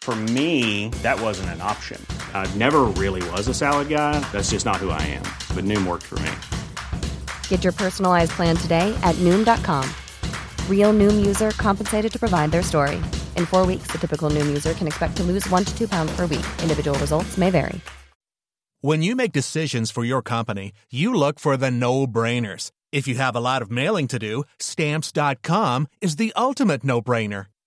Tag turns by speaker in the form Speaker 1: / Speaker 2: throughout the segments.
Speaker 1: For me, that wasn't an option. I never really was a salad guy. That's just not who I am. But Noom worked for me.
Speaker 2: Get your personalized plan today at Noom.com. Real Noom user compensated to provide their story. In four weeks, the typical Noom user can expect to lose one to two pounds per week. Individual results may vary.
Speaker 3: When you make decisions for your company, you look for the no brainers. If you have a lot of mailing to do, stamps.com is the ultimate no brainer.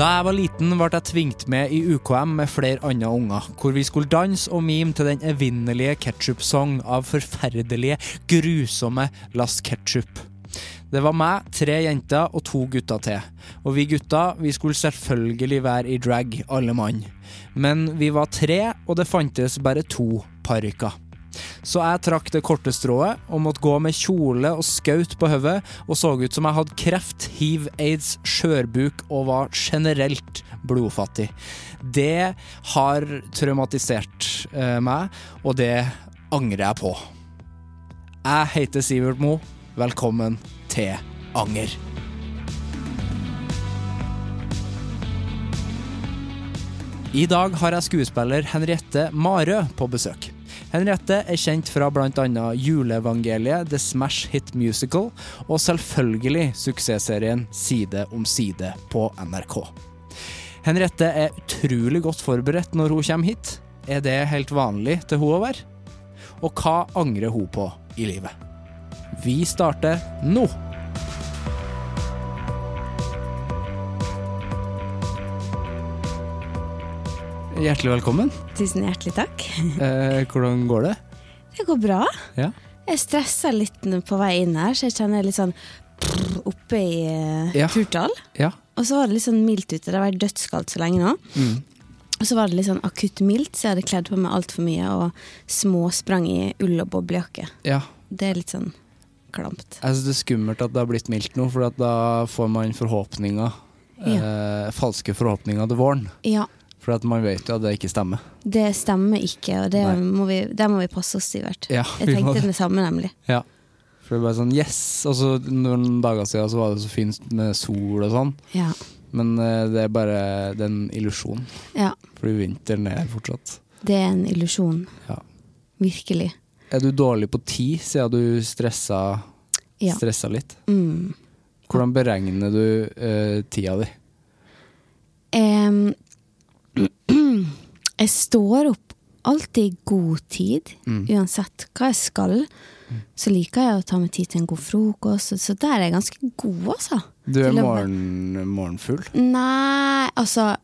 Speaker 4: Da jeg var liten, ble jeg tvingt med i UKM med flere andre unger, hvor vi skulle danse og mime til den evinnelige ketchup-song av forferdelige, grusomme Las Ketchup. Det var meg, tre jenter og to gutter til. Og vi gutta, vi skulle selvfølgelig være i drag, alle mann. Men vi var tre, og det fantes bare to parykker. Så jeg trakk det korte strået og måtte gå med kjole og skaut på hodet og så ut som jeg hadde kreft, hiv, aids, skjørbuk og var generelt blodfattig. Det har traumatisert eh, meg, og det angrer jeg på. Jeg heter Sivert Mo. Velkommen til Anger. I dag har jeg skuespiller Henriette Marø på besøk. Henriette er kjent fra bl.a. juleevangeliet The Smash Hit Musical og selvfølgelig suksessserien Side om side på NRK. Henriette er utrolig godt forberedt når hun kommer hit. Er det helt vanlig til hun å være? Og hva angrer hun på i livet? Vi starter nå. Hjertelig velkommen.
Speaker 5: Tusen hjertelig takk.
Speaker 4: Eh, hvordan går det?
Speaker 5: Det går bra.
Speaker 4: Ja.
Speaker 5: Jeg stressa litt nå på vei inn her, så jeg kjenner jeg litt sånn prr, oppe i eh,
Speaker 4: Ja.
Speaker 5: Turtall.
Speaker 4: Ja.
Speaker 5: Og så var det litt sånn mildt ute. Det har vært dødskaldt så lenge nå.
Speaker 4: Mm.
Speaker 5: Og så var det litt sånn akutt mildt, så jeg hadde kledd på meg altfor mye og småsprang i ull og boblejakke.
Speaker 4: ja.
Speaker 5: Det er litt sånn klamt.
Speaker 4: Jeg synes det er skummelt at det har blitt mildt nå, for at da får man forhåpninger. Eh, falske forhåpninger til våren.
Speaker 5: Ja,
Speaker 4: For at man vet jo at det ikke stemmer.
Speaker 5: det stemmer ikke, og det
Speaker 4: Nei.
Speaker 5: må vi, der må vi passe oss, Sivert.
Speaker 4: Ja,
Speaker 5: jeg
Speaker 4: vi må
Speaker 5: tenkte
Speaker 4: det.
Speaker 5: det samme, nemlig.
Speaker 4: Ja. For det er bare sånn yes! Og så noen dager siden så var det så fint med sol og sånn.
Speaker 5: Ja.
Speaker 4: Men eh, det er bare det er en illusjon.
Speaker 5: ja.
Speaker 4: Fordi vinteren er her fortsatt.
Speaker 5: Det er en illusjon.
Speaker 4: Ja.
Speaker 5: Virkelig.
Speaker 4: Er du dårlig på tid siden du stressa,
Speaker 5: Ja.
Speaker 4: stressa litt?
Speaker 5: Mm.
Speaker 4: Hvordan beregner du eh, tida di?
Speaker 5: Em, jeg står opp alltid i god tid,
Speaker 4: Mm.
Speaker 5: uansett hva jeg skal. Så liker jeg å ta meg tid til en god frokost, så- så der er jeg ganske god, altså.
Speaker 4: Du er
Speaker 5: Til å-
Speaker 4: morgen, morgenfugl.
Speaker 5: Nei, altså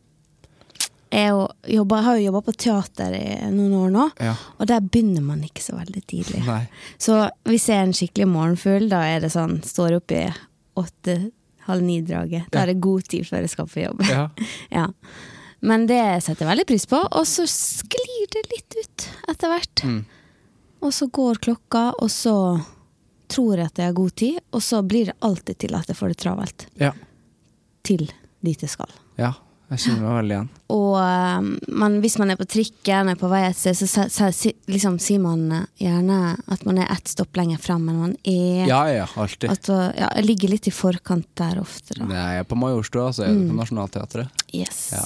Speaker 5: Jeg er jo jobber, har jo jobba på teater i noen år nå,
Speaker 4: Ja.
Speaker 5: og der begynner man ikke så veldig tidlig.
Speaker 4: Nei.
Speaker 5: Så hvis jeg er en skikkelig morgenfugl, da er det sånn står opp i åtte-halv ni-draget. Da er det god tid før jeg skal på jobb.
Speaker 4: Ja.
Speaker 5: Ja. Men det setter jeg veldig pris på. Og så sklir det litt ut etter hvert.
Speaker 4: Mm.
Speaker 5: Og så går klokka, og så tror jeg at jeg har god tid, og så blir det alltid til at jeg får det travelt.
Speaker 4: Ja.
Speaker 5: Til dit jeg skal.
Speaker 4: ja. Jeg kjenner meg veldig igjen.
Speaker 5: Og eh, men hvis man er på trikken, er på vei et sted, så, se- se- si, liksom, sier man eh, gjerne at man er ett stopp lenger fram enn man er.
Speaker 4: Ja, ja, alltid.
Speaker 5: At, eh, ja, jeg ligger litt i forkant der ofte, da.
Speaker 4: Nei, jeg er på Majorstua, så er du på Nationaltheatret.
Speaker 5: Yes.
Speaker 4: Ja.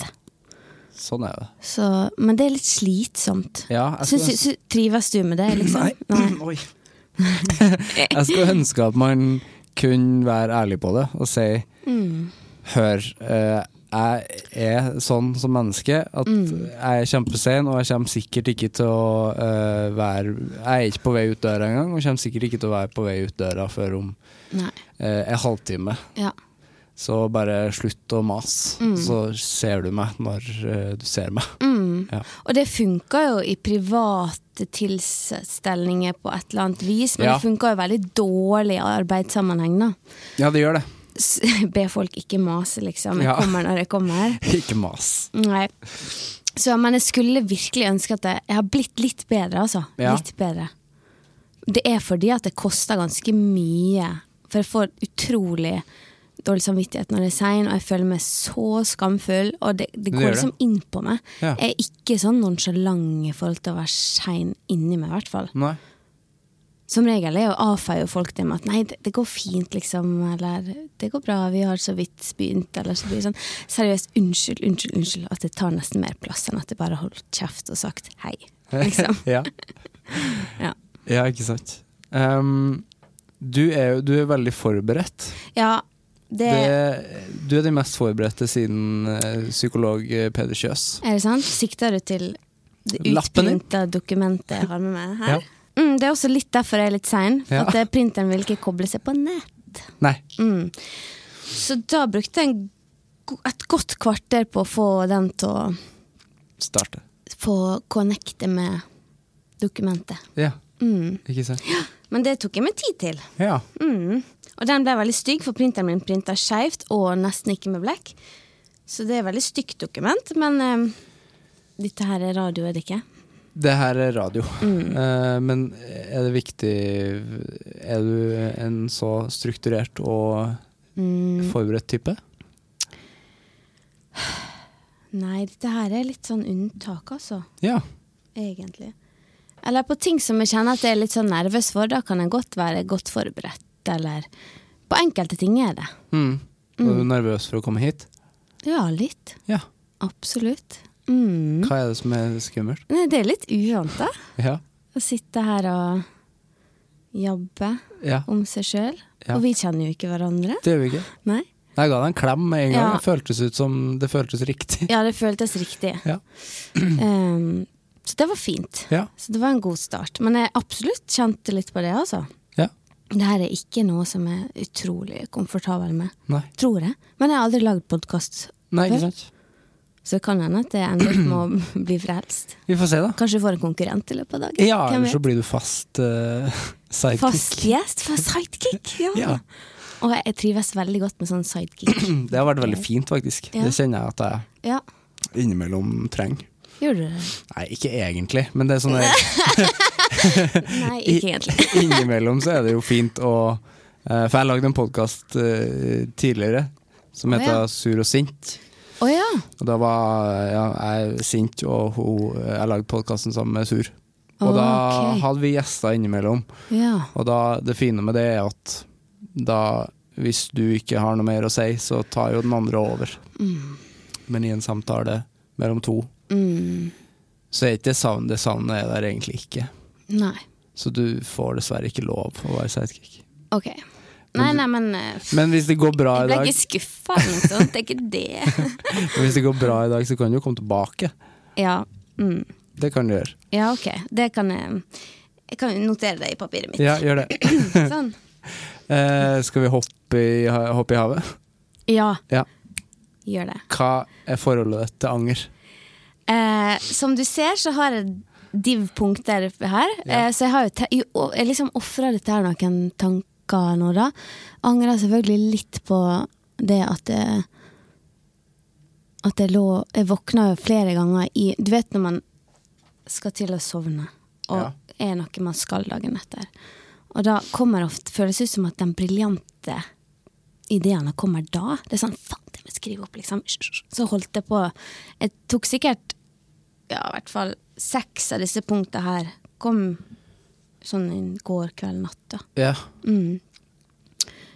Speaker 4: Sånn er det.
Speaker 5: Så, men det er litt slitsomt.
Speaker 4: Ja,
Speaker 6: Altså-
Speaker 4: jeg
Speaker 5: Syns-
Speaker 4: skulle-
Speaker 5: syns- trives du med det, liksom? Nei.
Speaker 4: Oi. jeg skulle ønske at man kunne være ærlig på det og si
Speaker 6: Hør, eh, jeg er sånn som menneske at jeg er kjempesein, og jeg kommer sikkert ikke til å eh, være Jeg er ikke på vei ut døra engang, og kommer sikkert ikke til å være på vei ut døra før om
Speaker 5: Nei.
Speaker 6: eh, en halvtime.
Speaker 5: Ja.
Speaker 6: Så bare slutt å mase,
Speaker 5: Mm.
Speaker 6: så ser du meg når eh, du ser meg. Ja.
Speaker 5: Og det funker jo i private tilstelninger på et eller annet vis, men
Speaker 6: Ja.
Speaker 5: det funker jo veldig dårlig i arbeidssammenheng, da.
Speaker 6: ja, det gjør det.
Speaker 5: S- Be folk ikke mase, liksom. Jeg
Speaker 6: Ja.
Speaker 5: kommer når jeg kommer.
Speaker 6: Ikke mas.
Speaker 5: Nei. Så, men jeg skulle virkelig ønske at jeg, jeg har blitt litt bedre, altså.
Speaker 6: Ja.
Speaker 5: Litt bedre. Det er fordi at det koster ganske mye. For jeg får utrolig dårlig samvittighet når jeg er sein, og jeg føler meg så skamfull. Og det, det
Speaker 6: Det
Speaker 5: går
Speaker 6: gjør
Speaker 5: liksom inn på meg.
Speaker 6: Ja.
Speaker 5: Jeg er ikke sånn nonsjalant i forhold til å være sein inni meg, i hvert fall.
Speaker 6: Nei.
Speaker 5: Som regel er jo avfeier jo folk det med at nei, det, det går fint, liksom, eller det går bra, vi har så vidt begynt, eller så blir det sånn. Seriøst, unnskyld, unnskyld, unnskyld, at det tar nesten mer plass enn at jeg bare har holdt kjeft og sagt hei, liksom.
Speaker 6: ja.
Speaker 5: Ja.
Speaker 6: ja, ikke sant. Ehm, du, er jo, du er veldig forberedt.
Speaker 5: Ja, det,
Speaker 6: Det, du er den mest forberedte siden eh, psykolog eh, Peder Kjøs.
Speaker 5: er det sant? Sikter du til det
Speaker 6: Lappen din?
Speaker 5: utprinta dokumentet jeg har med meg her?
Speaker 6: Ja.
Speaker 5: Mm, det er også litt derfor jeg er litt sein, for
Speaker 6: Ja.
Speaker 5: at eh, printeren vil ikke koble seg på nett.
Speaker 6: Nei.
Speaker 5: Så da brukte jeg en, go- et godt kvarter på å få den til å
Speaker 6: Starte.
Speaker 5: få connecte med dokumentet.
Speaker 6: Ja.
Speaker 5: Mm.
Speaker 6: Ikke sant.
Speaker 5: Men det tok jeg meg tid til.
Speaker 6: Ja.
Speaker 5: Mm. Og den ble veldig stygg, for printeren min printa skeivt og nesten ikke med blekk. Så det er veldig stygt dokument, men eh, dette her er radio, er det ikke?
Speaker 6: Det her er radio.
Speaker 5: Mm.
Speaker 6: Eh, men er det viktig Er du en så strukturert og
Speaker 5: Mm.
Speaker 6: forberedt type?
Speaker 5: Nei, dette her er litt sånn unntak, altså.
Speaker 6: Ja.
Speaker 5: Egentlig. Eller på ting som jeg kjenner at jeg er litt sånn nervøs for, da kan jeg godt være godt forberedt, eller På enkelte ting er det.
Speaker 6: Mm. Var du nervøs for å komme hit?
Speaker 5: Ja, litt.
Speaker 6: Ja.
Speaker 5: Absolutt. Mm.
Speaker 6: Hva er det som er skummelt?
Speaker 5: Nei, det er litt uvant, da.
Speaker 6: Ja.
Speaker 5: Å sitte her og jobbe
Speaker 6: ja.
Speaker 5: om seg sjøl.
Speaker 6: Ja.
Speaker 5: Og vi kjenner jo ikke hverandre.
Speaker 6: Det gjør vi ikke.
Speaker 5: Nei.
Speaker 6: Jeg ga deg en klem med en gang.
Speaker 5: Ja.
Speaker 6: Det føltes ut som det føltes riktig.
Speaker 5: Ja, det føltes riktig.
Speaker 6: Ja.
Speaker 5: Ehm, så det var fint.
Speaker 6: Ja.
Speaker 5: Så det var en god start. Men jeg absolutt kjente litt på det, altså.
Speaker 6: Ja.
Speaker 5: Det her er ikke noe som jeg er utrolig komfortabel med.
Speaker 6: Nei.
Speaker 5: Tror jeg. Men jeg har aldri lagd podkast,
Speaker 6: Nei,
Speaker 5: Vel?
Speaker 6: ikke sant.
Speaker 5: så det kan hende at jeg ender opp med å bli frelst.
Speaker 6: Vi får se, da.
Speaker 5: Kanskje jeg får en konkurrent i løpet av dagen.
Speaker 6: Ja,
Speaker 5: Hvem
Speaker 6: eller
Speaker 5: vet?
Speaker 6: så blir du fast eh, sidekick.
Speaker 5: Fast gjest, fast sidekick. Ja.
Speaker 6: Ja.
Speaker 5: Og jeg trives veldig godt med sånn sidekick.
Speaker 6: Det har vært veldig fint, faktisk.
Speaker 5: Ja.
Speaker 6: Det kjenner jeg at jeg
Speaker 5: Ja,
Speaker 6: innimellom trenger.
Speaker 5: gjør du det?
Speaker 6: Nei, ikke egentlig, men det er sånn der,
Speaker 5: Nei, ikke egentlig.
Speaker 6: innimellom så er det jo fint å eh, For jeg lagde en podkast tidligere som
Speaker 5: Å,
Speaker 6: heter
Speaker 5: ja.
Speaker 6: Sur og sint.
Speaker 5: Å ja.
Speaker 6: Og da var ja, jeg sint, og hun, jeg lagde podkasten sammen med Sur. Og da
Speaker 5: Ok.
Speaker 6: hadde vi gjester innimellom.
Speaker 5: ja.
Speaker 6: Og da, det fine med det er at da, hvis du ikke har noe mer å si, så tar jo den andre over. Men i en samtale mellom to,
Speaker 5: Mm.
Speaker 6: så er ikke det savn, det savnet er der egentlig ikke.
Speaker 5: Nei.
Speaker 6: Så du får dessverre ikke lov å være sidekick.
Speaker 5: Ok. Nei, nei, men eh, f-
Speaker 6: Men hvis det går bra i
Speaker 5: Jeg ble
Speaker 6: dag,
Speaker 5: ikke skuffa eller noe sånt. Det er ikke det.
Speaker 6: hvis det går bra i dag, så kan du jo komme tilbake.
Speaker 5: Ja. Mm.
Speaker 6: Det kan du gjøre.
Speaker 5: ja, ok. Det kan jeg Jeg kan notere det i papiret mitt.
Speaker 6: Ja, gjør det.
Speaker 5: Sånn.
Speaker 6: Eh, skal vi hoppe i, ha- hoppe i havet?
Speaker 5: Ja,
Speaker 6: Ja.
Speaker 5: gjør det.
Speaker 6: Hva er forholdet ditt til anger?
Speaker 5: Eh, som du ser, så har jeg div-punkter her. Eh, så jeg har jo te jo, og- jeg liksom ofra dette her noen tanker nå, da. Angrer selvfølgelig litt på det at jeg At jeg lå Jeg våkna jo flere ganger i Du vet når man skal til å sovne, og er noe man skal dagen etter. Og da kommer ofte føles ut som at den briljante ideene kommer da. Det er sånn, faen, det må jeg skrive opp, liksom. Så holdt jeg på. Jeg tok sikkert, ja, i hvert fall seks av disse punktene her. Kom sånn i går kveld natt, da.
Speaker 6: Ja.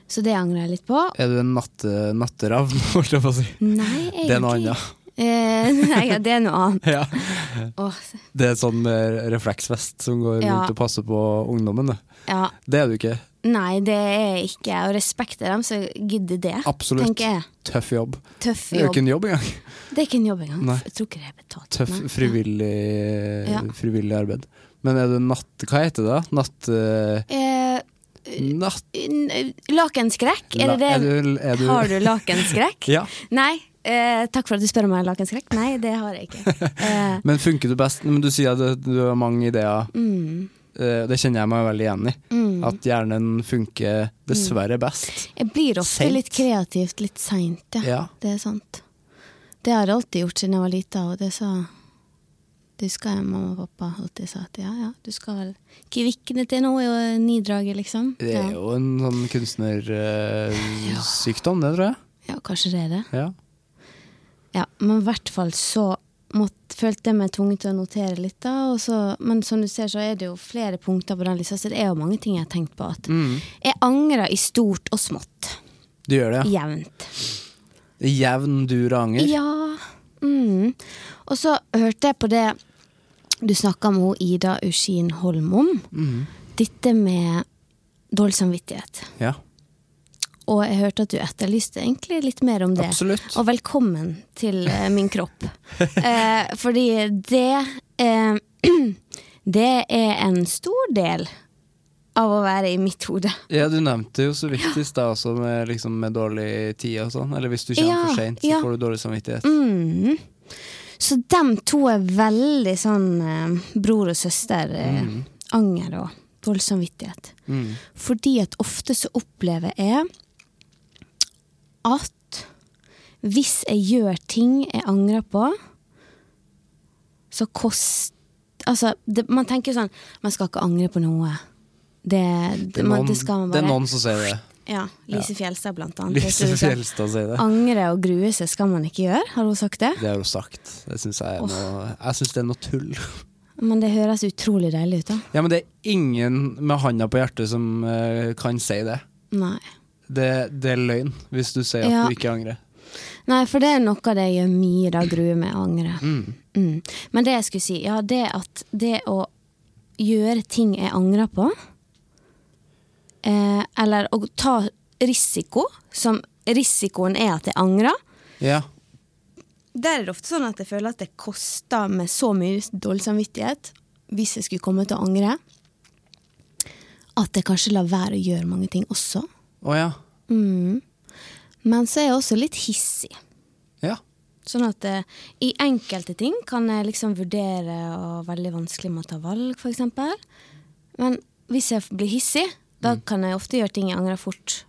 Speaker 5: Så det angrer jeg litt på.
Speaker 6: Er du en natte, natterav, holdt jeg på å si?
Speaker 5: Nei, egentlig.
Speaker 6: Det er noe annet.
Speaker 5: Eh, nei, ja, det er noe annet.
Speaker 6: Ja.
Speaker 5: Åh,
Speaker 6: Det er sånn eh, refleksvest som går
Speaker 5: Ja.
Speaker 6: rundt og passer på ungdommen. det.
Speaker 5: ja.
Speaker 6: Det er du ikke.
Speaker 5: Nei, det er ikke jeg. Og respekt til dem som gidder det.
Speaker 6: Absolutt.
Speaker 5: Tenker jeg.
Speaker 6: Tøff jobb.
Speaker 5: Tøff
Speaker 6: Det er jo
Speaker 5: jobb.
Speaker 6: ikke en jobb engang.
Speaker 5: Det er ikke en jobb engang.
Speaker 6: Nei.
Speaker 5: Jeg tror ikke det er betalt.
Speaker 6: Tøff,
Speaker 5: Nei.
Speaker 6: frivillig,
Speaker 5: Ja.
Speaker 6: frivillig arbeid. Men er det natt... Hva heter det? da? Natt... eh,
Speaker 5: Eh,
Speaker 6: natt
Speaker 5: n- eh, Lakenskrekk? Er det det?
Speaker 6: Er du, er du,
Speaker 5: Har du lakenskrekk?
Speaker 6: Ja.
Speaker 5: Nei. Eh, takk for at du spør om jeg har lakenskrekk. Nei, det har jeg ikke. Eh,
Speaker 6: Men funker du best Men du sier at det- du har mange ideer.
Speaker 5: mm,
Speaker 6: Eh, Det kjenner jeg meg veldig igjen i.
Speaker 5: mm.
Speaker 6: At hjernen funker dessverre best.
Speaker 5: Jeg blir ofte
Speaker 6: Sent.
Speaker 5: litt kreativt litt seint, ja.
Speaker 6: Ja.
Speaker 5: Det er sant. Det har jeg alltid gjort siden jeg var lita, og det sa Det husker jeg mamma og pappa alltid sa at ja, ja, du skal vel ikke vikne til noe i å- nidraget, liksom.
Speaker 6: Det er
Speaker 5: ja.
Speaker 6: jo en sånn kunstnersykdom, det, tror jeg.
Speaker 5: ja, kanskje det er det.
Speaker 6: Ja.
Speaker 5: Ja, men i hvert fall så måtte, følte jeg meg tvunget til å notere litt. da, og så, Men som du ser, så er det jo flere punkter på den lista, så det er jo mange ting jeg har tenkt på. at
Speaker 6: Mm.
Speaker 5: Jeg angrer i stort og smått.
Speaker 6: Du gjør det, ja.
Speaker 5: Jevnt.
Speaker 6: Jevn dur og anger.
Speaker 5: Ja. Mm. Og så hørte jeg på det du snakka med hun Ida Uskin Holm om.
Speaker 6: Mm.
Speaker 5: Dette med dårlig samvittighet.
Speaker 6: Ja.
Speaker 5: Og jeg hørte at du etterlyste egentlig litt mer om det.
Speaker 6: Absolutt.
Speaker 5: Og velkommen til eh, min kropp. Eh, fordi det eh, Det er en stor del av å være i mitt hode.
Speaker 6: Ja, du nevnte jo så vidt i stad også, med, liksom, med dårlig tid og sånn. Eller hvis du kommer
Speaker 5: Ja,
Speaker 6: for seint, så
Speaker 5: ja.
Speaker 6: får du dårlig samvittighet.
Speaker 5: Mhm. Så dem to er veldig sånn eh, bror og søster. Eh, Anger og dårlig samvittighet.
Speaker 6: Mm.
Speaker 5: Fordi at ofte så opplever jeg at hvis jeg gjør ting jeg angrer på, så kost... Altså, det, man tenker sånn Man skal ikke angre på noe. Det, det,
Speaker 6: Det, er
Speaker 5: man,
Speaker 6: noen,
Speaker 5: det skal man
Speaker 6: det
Speaker 5: bare
Speaker 6: er noen som sier det.
Speaker 5: Ja, Lise Fjelstad, blant annet.
Speaker 6: Lise
Speaker 5: Hun sa,
Speaker 6: Fjelstad sier det.
Speaker 5: Angre og grue seg skal man ikke gjøre, har hun sagt det?
Speaker 6: Det har hun sagt. Det syns jeg, er noe, jeg synes det er noe tull.
Speaker 5: Men det høres utrolig deilig ut, da.
Speaker 6: Ja, men det er ingen med handa på hjertet som eh, kan si det.
Speaker 5: Nei.
Speaker 6: det. Det er løgn hvis du sier at
Speaker 5: Ja.
Speaker 6: du ikke angrer.
Speaker 5: Nei, for det er noe av det jeg gjør mye da, gruer meg og angrer. Mm. Men det jeg skulle si, ja, det at det å gjøre ting jeg angrer på, eh, eller å ta risiko, som risikoen er at jeg angrer,
Speaker 6: Ja.
Speaker 5: der er det ofte sånn at jeg føler at det koster meg så mye dårlig samvittighet hvis jeg skulle komme til å angre, at jeg kanskje lar være å gjøre mange ting også.
Speaker 6: Å ja.
Speaker 5: Mm. Men så er jeg også litt hissig.
Speaker 6: Ja.
Speaker 5: Sånn at eh, i enkelte ting kan jeg liksom vurdere og veldig vanskelig med å ta valg, f.eks. Men hvis jeg blir hissig, da
Speaker 6: Mm.
Speaker 5: kan jeg ofte gjøre ting jeg angrer fort.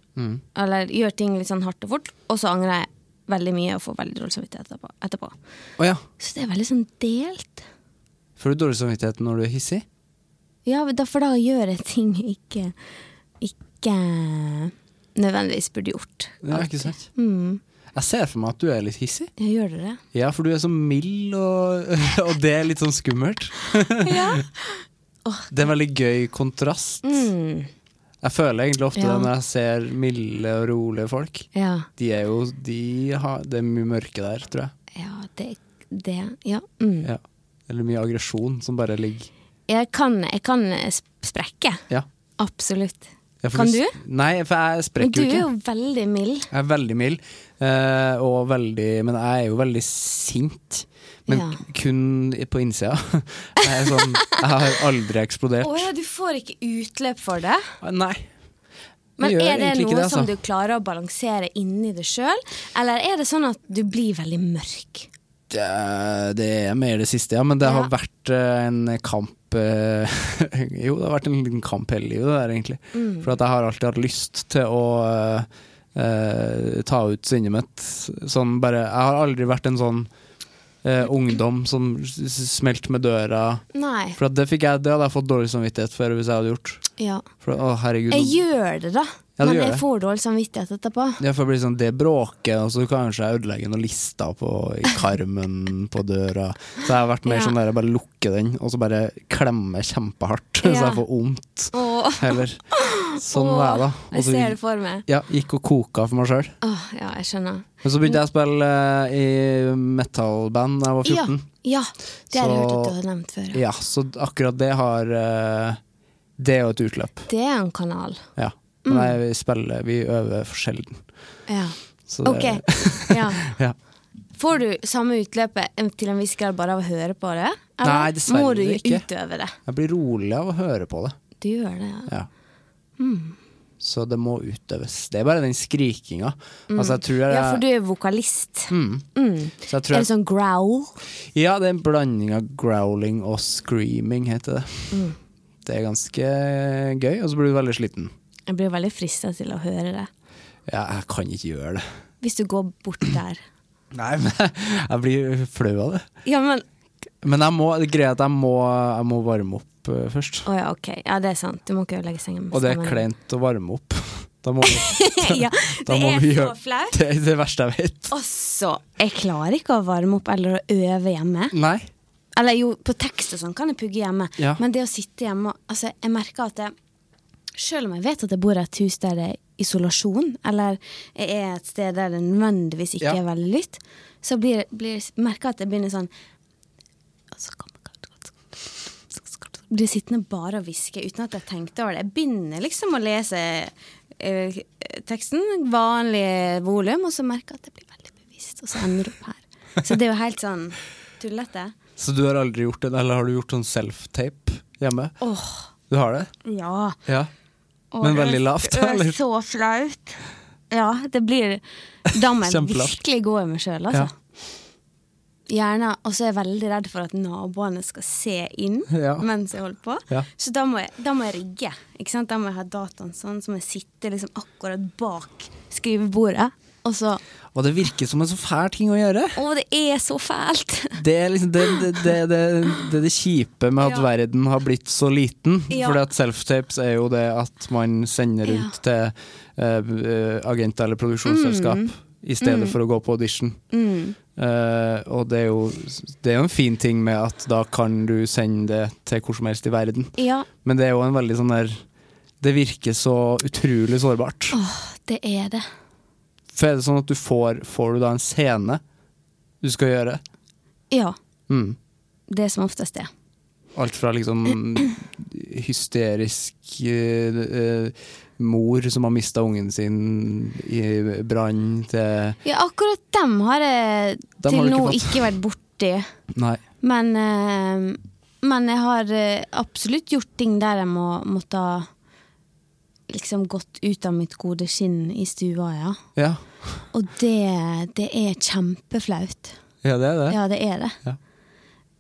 Speaker 5: Eller gjøre ting litt sånn hardt og fort, og så angrer jeg veldig mye og får veldig dårlig samvittighet etterpå. etterpå.
Speaker 6: Å ja.
Speaker 5: Så det er veldig sånn delt.
Speaker 6: Får du dårlig samvittighet når du er hissig?
Speaker 5: Ja, da- for da gjør jeg ting jeg ikke, ikke nødvendigvis burde gjort.
Speaker 6: Ja, ikke sant?
Speaker 5: Mm.
Speaker 6: Jeg ser for meg at du er litt hissig.
Speaker 5: Ja, gjør du det?
Speaker 6: Ja, for du er så mild, og, og det er litt sånn skummelt.
Speaker 5: Ja.
Speaker 6: Det er en veldig gøy kontrast.
Speaker 5: Mm.
Speaker 6: Jeg føler egentlig ofte
Speaker 5: Ja.
Speaker 6: det når jeg ser milde og rolige folk.
Speaker 5: ja.
Speaker 6: De er jo de har, Det er mye mørke der, tror jeg.
Speaker 5: Ja, det, det Ja. Mm.
Speaker 6: Ja. Eller mye aggresjon som bare ligger
Speaker 5: Jeg kan, jeg kan sp- sprekke.
Speaker 6: Ja.
Speaker 5: Absolutt.
Speaker 6: Ja, for
Speaker 5: Kan du?
Speaker 6: Nei, for jeg
Speaker 5: Men du
Speaker 6: sprekker jo
Speaker 5: er jo
Speaker 6: ikke.
Speaker 5: veldig mild.
Speaker 6: Jeg er veldig mild, eh, og veldig, men jeg er jo veldig sint. Men
Speaker 5: Ja.
Speaker 6: kun på innsida. Jeg, er sånn, jeg har aldri eksplodert.
Speaker 5: Å ja, du får ikke utløp for det.
Speaker 6: Nei. Jeg
Speaker 5: Men
Speaker 6: gjør
Speaker 5: er det
Speaker 6: egentlig
Speaker 5: noe
Speaker 6: ikke altså.
Speaker 5: som du klarer å balansere inni deg sjøl, eller er det sånn at du blir veldig mørk?
Speaker 6: Det, det er mer det siste, ja. Men det har
Speaker 5: Ja.
Speaker 6: vært eh, en kamp eh, Jo, det har vært en liten kamp hele livet, det der, egentlig.
Speaker 5: Mm.
Speaker 6: For at jeg har alltid hatt lyst til å eh, eh, ta ut sinnet mitt. Sånn bare Jeg har aldri vært en sånn eh, ungdom som s- s- smelte med døra.
Speaker 5: Nei.
Speaker 6: For at det, fikk jeg, det hadde jeg fått dårlig samvittighet for hvis jeg hadde gjort.
Speaker 5: Ja.
Speaker 6: For, å, herregud,
Speaker 5: Jeg
Speaker 6: nå-
Speaker 5: gjør det, da.
Speaker 4: Ja, det
Speaker 5: Men
Speaker 4: gjør
Speaker 5: jeg
Speaker 4: det.
Speaker 5: får dårlig samvittighet etterpå.
Speaker 6: Ja, for det blir sånn, det bråket, og så kanskje jeg ødelegger noen lister på i karmen på døra. Så jeg har vært mer
Speaker 5: Ja.
Speaker 6: sånn der, jeg bare lukker den, og så bare klemmer jeg kjempehardt, så
Speaker 5: Ja.
Speaker 6: jeg får vondt.
Speaker 5: Åh,
Speaker 6: Heller. Sånn
Speaker 5: åh,
Speaker 6: var jeg da. Og
Speaker 5: Jeg
Speaker 6: så
Speaker 5: ser det for meg.
Speaker 6: ja, gikk og koka for meg sjøl.
Speaker 5: Åh, ja, jeg skjønner.
Speaker 6: Men så begynte jeg å spille eh, i metalband da jeg var
Speaker 5: Ja,
Speaker 6: 14.
Speaker 5: ja det har jeg
Speaker 6: Så-
Speaker 5: hørt at du har nevnt før.
Speaker 6: Ja. så akkurat det har eh, Det er jo et utløp.
Speaker 5: Det er en kanal.
Speaker 6: Ja. Men jeg,
Speaker 5: Mm.
Speaker 6: vi spiller, vi øver for sjelden.
Speaker 5: Ja.
Speaker 6: Så det,
Speaker 5: Ok. Ja.
Speaker 6: Ja.
Speaker 5: Får du samme utløpet en- til en viss grad bare av å høre på det? Eller
Speaker 6: Nei, dessverre
Speaker 5: Må du
Speaker 6: ikke.
Speaker 5: utøve det?
Speaker 6: Jeg blir rolig av å høre på det.
Speaker 5: Du gjør det, ja.
Speaker 6: Ja. Så det må utøves. Det er bare den skrikinga. Altså, jeg tror jeg,
Speaker 5: Mm. Ja, for du er vokalist. Mm.
Speaker 6: så jeg tror
Speaker 5: Er det
Speaker 6: jeg,
Speaker 5: sånn growl?
Speaker 6: Ja, det er en blanding av growling og screaming, heter det.
Speaker 5: Mm.
Speaker 6: Det er ganske gøy, og så blir du veldig sliten.
Speaker 5: Jeg blir veldig frista til å høre det.
Speaker 6: Ja, jeg kan ikke gjøre det.
Speaker 5: Hvis du går bort der.
Speaker 6: Nei, men jeg blir flau av det.
Speaker 5: Ja, men
Speaker 6: Men jeg må, det greia er at jeg må, jeg må varme opp eh, først.
Speaker 5: Å ja, ok. Ja, det er sant. Du må ikke ødelegge sengen. med
Speaker 6: Og det er
Speaker 5: stemmen.
Speaker 6: kleint å varme opp. Da må vi,
Speaker 5: ja,
Speaker 6: da
Speaker 5: det
Speaker 6: må
Speaker 5: er
Speaker 6: vi
Speaker 5: så
Speaker 6: gjøre
Speaker 5: flaut.
Speaker 6: Det er det verste jeg vet.
Speaker 5: Og så Jeg klarer ikke å varme opp eller å øve hjemme.
Speaker 6: Nei.
Speaker 5: Eller jo, på tekst og sånn kan jeg pugge hjemme,
Speaker 6: Ja.
Speaker 5: men det å sitte hjemme og- Altså, jeg merker at jeg Selv om jeg vet at jeg bor i et hus der det er isolasjon, eller jeg er et sted der det nødvendigvis ikke
Speaker 6: Ja.
Speaker 5: er veldig lytt, så blir, blir, merker jeg at jeg begynner sånn Blir sittende bare og hviske uten at jeg tenkte over det. Jeg begynner liksom å lese eh, teksten, vanlig volum, og så merker jeg at jeg blir veldig bevisst, og så ender jeg opp her. Så det er jo helt sånn tullete.
Speaker 6: Så du har aldri gjort det, eller har du gjort sånn self-tape hjemme?
Speaker 5: Åh,
Speaker 6: Du har det?
Speaker 5: ja.
Speaker 6: Ja.
Speaker 5: Åh,
Speaker 6: Men
Speaker 5: det er-
Speaker 6: veldig lavt,
Speaker 5: det er
Speaker 6: eller?
Speaker 5: Så flaut. Ja, det blir Da må jeg
Speaker 6: Kjempelavt.
Speaker 5: virkelig gå i meg sjøl, altså. Gjerne. Og så er jeg veldig redd for at naboene skal se inn
Speaker 6: Ja.
Speaker 5: mens jeg holder på.
Speaker 6: Ja.
Speaker 5: Så da må, jeg, da må jeg rigge. Ikke sant? Da må jeg ha dataen sånn, så må jeg sitte liksom akkurat bak skrivebordet. Og så
Speaker 6: Og det virker som en så fæl ting å gjøre.
Speaker 5: Å, det er så fælt!
Speaker 6: Det er liksom det, det, det, det, det, er det kjipe med at
Speaker 5: Ja.
Speaker 6: verden har blitt så liten.
Speaker 5: Ja.
Speaker 6: Fordi at self-tapes er jo det at man sender rundt til eh, eh, agenter eller produksjonsselskap
Speaker 5: Mm.
Speaker 6: i stedet for å gå på audition. Eh, og det er, jo, det er jo en fin ting med at da kan du sende det til hvor som helst i verden.
Speaker 5: Ja,
Speaker 6: Men det er jo en veldig sånn der Det virker så utrolig sårbart.
Speaker 5: det er det.
Speaker 6: For er det sånn at du får, får du da en scene du skal gjøre?
Speaker 5: Ja.
Speaker 6: Mm.
Speaker 5: Det er som oftest det.
Speaker 6: Alt fra liksom hysterisk eh, eh, mor som har mista ungen sin i brann, til
Speaker 5: Ja, akkurat dem har jeg
Speaker 6: Dem
Speaker 5: til
Speaker 6: har du ikke
Speaker 5: nå
Speaker 6: fått.
Speaker 5: ikke vært borti.
Speaker 6: Nei.
Speaker 5: Men, eh, men jeg har eh, absolutt gjort ting der jeg må, måtte ha liksom gått ut av mitt gode skinn i stua, ja.
Speaker 6: Ja.
Speaker 5: Og det, det er kjempeflaut.
Speaker 6: ja, det er det.
Speaker 5: Ja, det er det.
Speaker 6: Ja. Mm.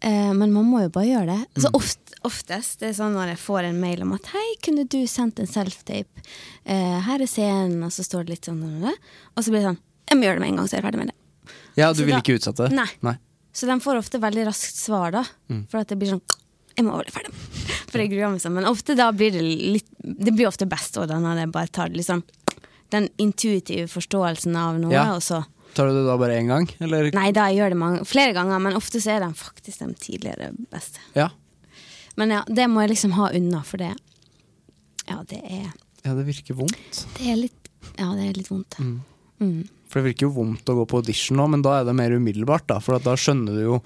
Speaker 5: Eh, men man må jo bare gjøre det. Så oft, oftest det er sånn når jeg får en mail om at 'hei, kunne du sendt en self-tape', Eh, 'her er scenen', og så står det litt sånn, og det, og så blir det sånn 'jeg må gjøre det med en gang, så er jeg ferdig med det'.
Speaker 6: Ja, du
Speaker 5: Så
Speaker 6: vil
Speaker 5: da-
Speaker 6: ikke utsette det?
Speaker 5: Nei. Så de får ofte veldig raskt svar, da.
Speaker 6: Mm.
Speaker 5: For at det blir sånn Jeg må bli ferdig. For jeg gruer meg sånn. Men ofte da blir det litt Det blir ofte best også, da, når jeg bare tar det litt sånn den intuitive forståelsen av noe,
Speaker 6: Ja.
Speaker 5: og så
Speaker 6: Tar du det da bare én gang, eller?
Speaker 5: Nei da, jeg gjør det mange, flere ganger, men ofte så er den faktisk den tidligere beste.
Speaker 6: Ja.
Speaker 5: Men ja, det må jeg liksom ha unna, for det Ja, det er
Speaker 6: ja, det virker vondt.
Speaker 5: Det er litt Ja, det er litt vondt.
Speaker 6: Mm. For det virker jo vondt å gå på audition nå, men da er det mer umiddelbart, da. For at da skjønner du jo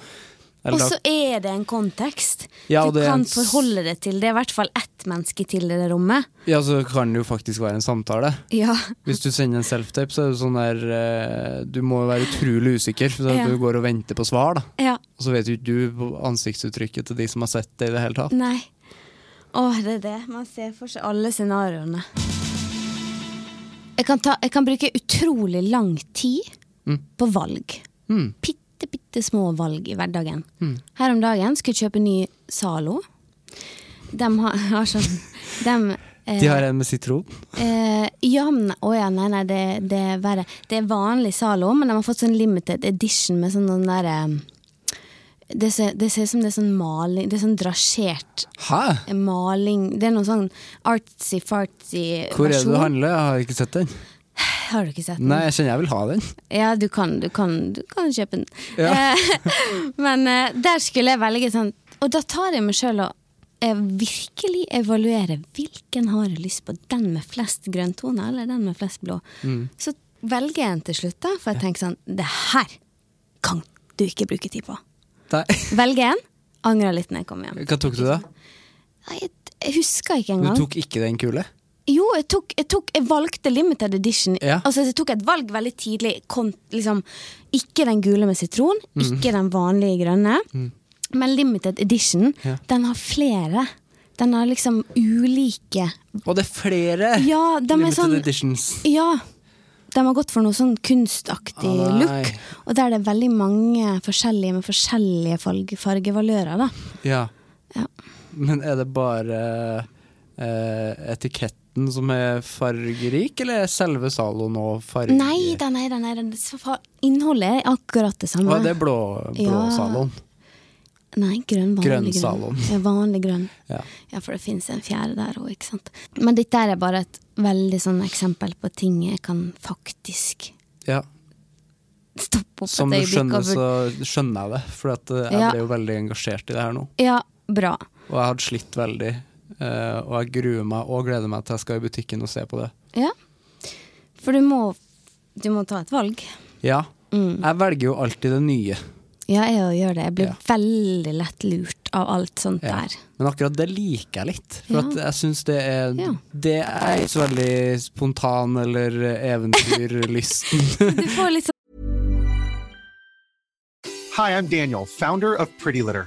Speaker 6: eller
Speaker 5: Og
Speaker 6: da-
Speaker 5: så er det en kontekst.
Speaker 6: Ja, og
Speaker 5: du
Speaker 6: det er
Speaker 5: kan
Speaker 6: en s-
Speaker 5: forholde deg til det. er I hvert fall ett menneske til i det rommet.
Speaker 6: Ja, så kan det jo faktisk være en samtale.
Speaker 5: Ja.
Speaker 6: Hvis du sender en self-tape, så er det sånn der eh, Du må jo være utrolig usikker, for
Speaker 5: Ja.
Speaker 6: at du går og venter på svar, da.
Speaker 5: ja.
Speaker 6: Og så vet jo ikke du på ansiktsuttrykket til de som har sett det i det hele tatt.
Speaker 5: Nei. Åh, det er det. Man ser for seg alle scenarioene. Jeg kan, ta, jeg kan bruke utrolig lang tid
Speaker 6: Mm.
Speaker 5: på valg. Bitte, bitte små valg i hverdagen.
Speaker 6: Mm.
Speaker 5: Her om dagen skulle jeg kjøpe ny Zalo. De har, har sånn de, eh,
Speaker 6: De har en med sitron.
Speaker 5: eh, ja, men, å ja, nei, nei, det, det er verre. Det er vanlig Zalo, men de har fått sånn limited edition med sånn den derre det, ser, det ser ut som det er sånn maling Det er sånn drasjert
Speaker 4: Hæ?
Speaker 5: maling. Det er noen sånn artsy-fartsy versjon.
Speaker 4: Hvor er det du handler? Jeg har ikke sett den.
Speaker 5: Har du ikke sett den?
Speaker 4: Nei, jeg kjenner jeg vil ha den.
Speaker 5: Ja, du kan, du kan, du kan kjøpe den.
Speaker 4: Ja.
Speaker 5: Eh, Men eh, der skulle jeg velge sånn Og da tar jeg meg sjøl og eh, virkelig evaluerer hvilken har jeg lyst på. Den med flest grønntoner, eller den med flest blå.
Speaker 4: Mm.
Speaker 5: Så velger jeg en til slutt, da, for jeg tenker sånn Det her kan du ikke bruke tid på.
Speaker 4: Nei.
Speaker 5: Velger en, angrer litt når jeg kommer hjem.
Speaker 4: Hva tok du da?
Speaker 5: Nei, Jeg, jeg husker ikke
Speaker 4: Du
Speaker 5: engang.
Speaker 4: tok ikke den kule?
Speaker 5: Jo, jeg, tok, jeg, tok, jeg valgte limited edition.
Speaker 4: Ja.
Speaker 5: Altså, jeg tok et valg veldig tidlig. Kon- liksom, ikke den gule med sitron,
Speaker 4: Mm.
Speaker 5: ikke den vanlige grønne. Men limited edition,
Speaker 4: Ja.
Speaker 5: den har flere. Den har liksom ulike
Speaker 4: Og det er flere
Speaker 5: Ja, de er
Speaker 4: limited
Speaker 5: sånn
Speaker 4: editions.
Speaker 5: Ja. De har gått for noe sånn kunstaktig
Speaker 4: Å, Ah, nei.
Speaker 5: look. Og der er det veldig mange forskjellige med forskjellige farge, fargevalører, da.
Speaker 4: Ja.
Speaker 5: Ja.
Speaker 4: Men er det bare eh, etiketten som er fargerik, eller er selve saloen òg fargerik?
Speaker 5: Nei da, nei da. Nei, da. fa- Innholdet er akkurat det samme.
Speaker 4: Hva er det blå, blå
Speaker 5: Ja.
Speaker 4: saloen?
Speaker 5: Nei, grønn, vanlig
Speaker 4: Grønn
Speaker 5: grønn.
Speaker 4: salon.
Speaker 5: Ja, vanlig grønn.
Speaker 4: Ja.
Speaker 5: Ja, for det fins en fjerde der òg, ikke sant. Men dette er bare et veldig sånn eksempel på ting jeg kan faktisk
Speaker 4: Ja.
Speaker 5: stoppe opp
Speaker 4: Som du
Speaker 5: et øyeblikk
Speaker 4: skjønner,
Speaker 5: og
Speaker 4: så
Speaker 5: vurd-
Speaker 4: skjønner jeg det. For at eh, jeg
Speaker 5: Ja.
Speaker 4: ble jo veldig engasjert i det her nå.
Speaker 5: Ja, bra.
Speaker 4: Og jeg hadde slitt veldig. eh, og jeg gruer meg og gleder meg til jeg skal i butikken og se på det.
Speaker 5: Ja. For du må, du må ta et valg.
Speaker 4: Ja.
Speaker 5: Mm.
Speaker 4: Jeg velger jo alltid det nye.
Speaker 5: Ja, jeg òg gjør det. Jeg blir
Speaker 4: Ja.
Speaker 5: veldig lett lurt av alt sånt
Speaker 4: Ja.
Speaker 5: der.
Speaker 4: Men akkurat det liker jeg litt. For
Speaker 5: Ja.
Speaker 4: at jeg syns det er
Speaker 5: Ja.
Speaker 4: Det er ikke så veldig spontan eller eventyrlysten.
Speaker 5: Du får litt sånn
Speaker 7: Hi, I'm Daniel, founder of Pretty Litter.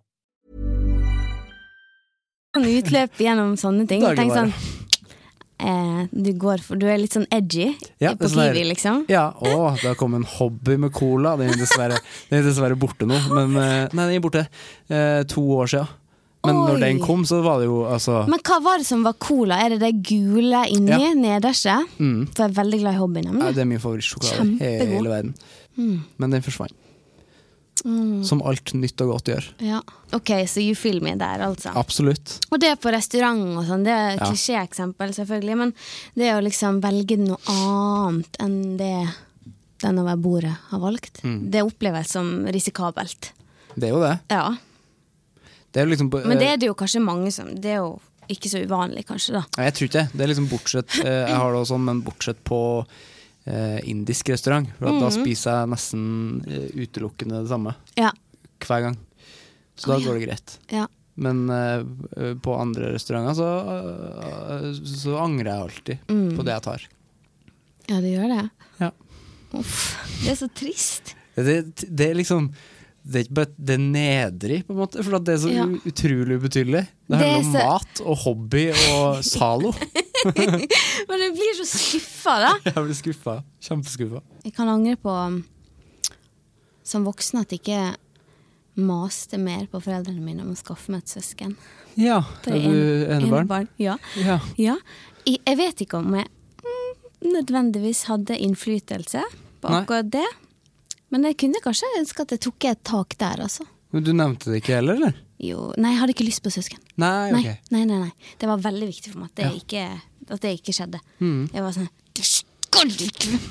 Speaker 5: sånn utløp gjennom sånne ting. Jeg tenker
Speaker 4: Dagligvare.
Speaker 5: sånn eh, du, går for, du er litt sånn edgy
Speaker 4: Ja, det
Speaker 5: på
Speaker 4: er sånn her-
Speaker 5: Kiwi, liksom.
Speaker 4: ja, å, det har kommet en hobby med cola. Den er dessverre, den er dessverre borte nå. Men, eh, nei, den er borte eh, to år sia. Men
Speaker 5: Oi.
Speaker 4: når den kom, så var det jo altså
Speaker 5: Men hva var det som var cola? Er det det gule inni
Speaker 4: Ja. Mm.
Speaker 5: nederste? For jeg er veldig glad i hobbyen
Speaker 4: ja,
Speaker 5: nemlig.
Speaker 4: Det er min favorittsjokolade i
Speaker 5: Kjempegod. Mm.
Speaker 4: hele verden. Men den forsvant. Som alt nytt og godt gjør.
Speaker 5: Ja. Ok, så you feel me der, altså.
Speaker 4: Absolutt.
Speaker 5: Og det er på restaurant og sånn, det er
Speaker 4: Ja.
Speaker 5: klisjéeksempel selvfølgelig, men det er å liksom velge noe annet enn det den over bordet har valgt.
Speaker 4: Mm.
Speaker 5: Det oppleves som risikabelt.
Speaker 4: Det er jo det.
Speaker 5: Ja.
Speaker 4: det er jo liksom, på-
Speaker 5: Men det er det jo kanskje mange som Det er jo ikke så uvanlig, kanskje, da.
Speaker 4: Nei, jeg tror ikke det. Det er liksom bortsett eh, Jeg har det også sånn, men bortsett på eh, indisk restaurant. For at Da
Speaker 5: Mhm.
Speaker 4: spiser jeg nesten eh, utelukkende det samme
Speaker 5: Ja.
Speaker 4: hver gang. Så da går det greit.
Speaker 5: ja.
Speaker 4: Men eh, på andre restauranter så, eh, så angrer jeg alltid
Speaker 5: Mm.
Speaker 4: på det jeg tar.
Speaker 5: Ja, det gjør det.
Speaker 4: Ja.
Speaker 5: Uff. Det er så trist.
Speaker 4: Det, det er liksom det er ikke bare det er nedrig, på en måte, for at det er så
Speaker 5: Ja.
Speaker 4: u- utrolig ubetydelig. Det
Speaker 5: Det er
Speaker 4: handler om
Speaker 5: så-
Speaker 4: mat og hobby og Zalo.
Speaker 5: Men jeg blir så skuffa, da.
Speaker 4: Jeg blir skuffa. Kjempeskuffa.
Speaker 5: Jeg kan angre på um, som voksen at jeg ikke maste mer på foreldrene mine om å skaffe meg et søsken.
Speaker 4: Ja.
Speaker 5: For
Speaker 4: Er
Speaker 5: jeg
Speaker 4: du
Speaker 5: en-
Speaker 4: enebarn?
Speaker 5: enebarn, Ja.
Speaker 4: Ja.
Speaker 5: ja. Jeg, jeg vet ikke om jeg mm, nødvendigvis hadde innflytelse på
Speaker 4: Nei.
Speaker 5: akkurat det. Men jeg kunne kanskje ønske at jeg tok et tak der, altså.
Speaker 4: Men du nevnte det ikke heller, eller?
Speaker 5: Jo, nei, jeg hadde ikke lyst på søsken.
Speaker 4: Nei,
Speaker 5: Nei,
Speaker 4: ok.
Speaker 5: nei, nei, nei. Det var veldig viktig for meg at det, ikke, at det ikke skjedde.
Speaker 4: Mm.
Speaker 5: Jeg var sånn Det skal du ikke!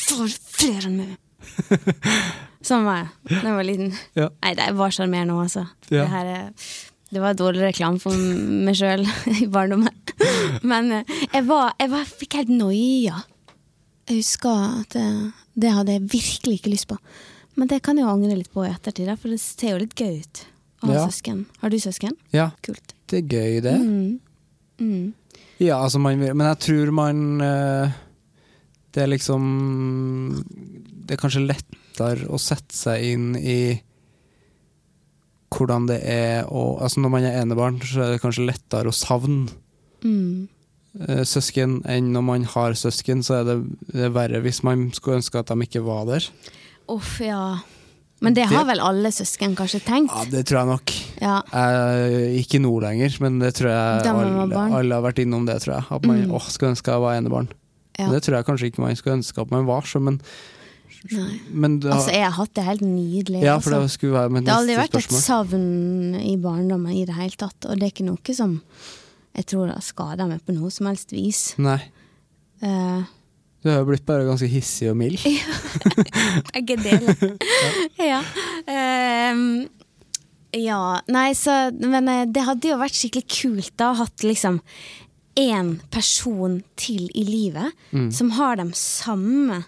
Speaker 5: For flere enn meg! Sånn var jeg da jeg var liten.
Speaker 4: Ja.
Speaker 5: Nei, det var sjarmerende òg, altså.
Speaker 4: Ja.
Speaker 5: Det her er Det var dårlig reklame for meg sjøl i barndommen. Men eh, jeg, var, jeg var, fikk helt noia. Jeg husker at eh, det hadde jeg virkelig ikke lyst på. Men det kan jeg jo angre litt på i ettertid, da, for det ser jo litt gøy ut å ha
Speaker 4: Ja.
Speaker 5: søsken. Har du søsken?
Speaker 4: Ja,
Speaker 5: Kult.
Speaker 4: det er gøy, det.
Speaker 5: Mm. Mm.
Speaker 4: Ja, altså man, vil- men jeg tror man eh, Det er liksom Det er kanskje lettere å sette seg inn i hvordan det er å Altså når man er enebarn, så er det kanskje lettere å savne
Speaker 5: Mm.
Speaker 4: eh, søsken enn når man har søsken, så er det, det er verre hvis man skulle ønske at de ikke var der.
Speaker 5: Uff, ja. Men det har vel alle søsken kanskje
Speaker 4: Ja,
Speaker 5: tenkt?
Speaker 4: det tror jeg nok.
Speaker 5: Ja.
Speaker 4: Eh, ikke nå lenger, men det tror jeg
Speaker 5: Da man var
Speaker 4: alle,
Speaker 5: barn.
Speaker 4: alle har vært innom det, tror jeg. At man
Speaker 5: Mm.
Speaker 4: åh, skulle ønske jeg var enebarn.
Speaker 5: Ja.
Speaker 4: Det tror jeg kanskje ikke man skulle ønske at man var, så men,
Speaker 5: Nei.
Speaker 4: men det,
Speaker 5: Altså, jeg har hatt det helt nydelig.
Speaker 4: Ja, for
Speaker 5: altså.
Speaker 4: det skulle være mitt
Speaker 5: Det har aldri
Speaker 4: neste
Speaker 5: vært
Speaker 4: spørsmål.
Speaker 5: et savn i barndommen i det hele tatt, og det er ikke noe som jeg tror har skada meg på noe som helst vis.
Speaker 4: Nei.
Speaker 5: Eh,
Speaker 4: Du har jo blitt bare ganske hissig og mild.
Speaker 5: begge deler. ja. Ehm, ja, nei, så Men eh, det hadde jo vært skikkelig kult da å hatt liksom én person til i livet som har de samme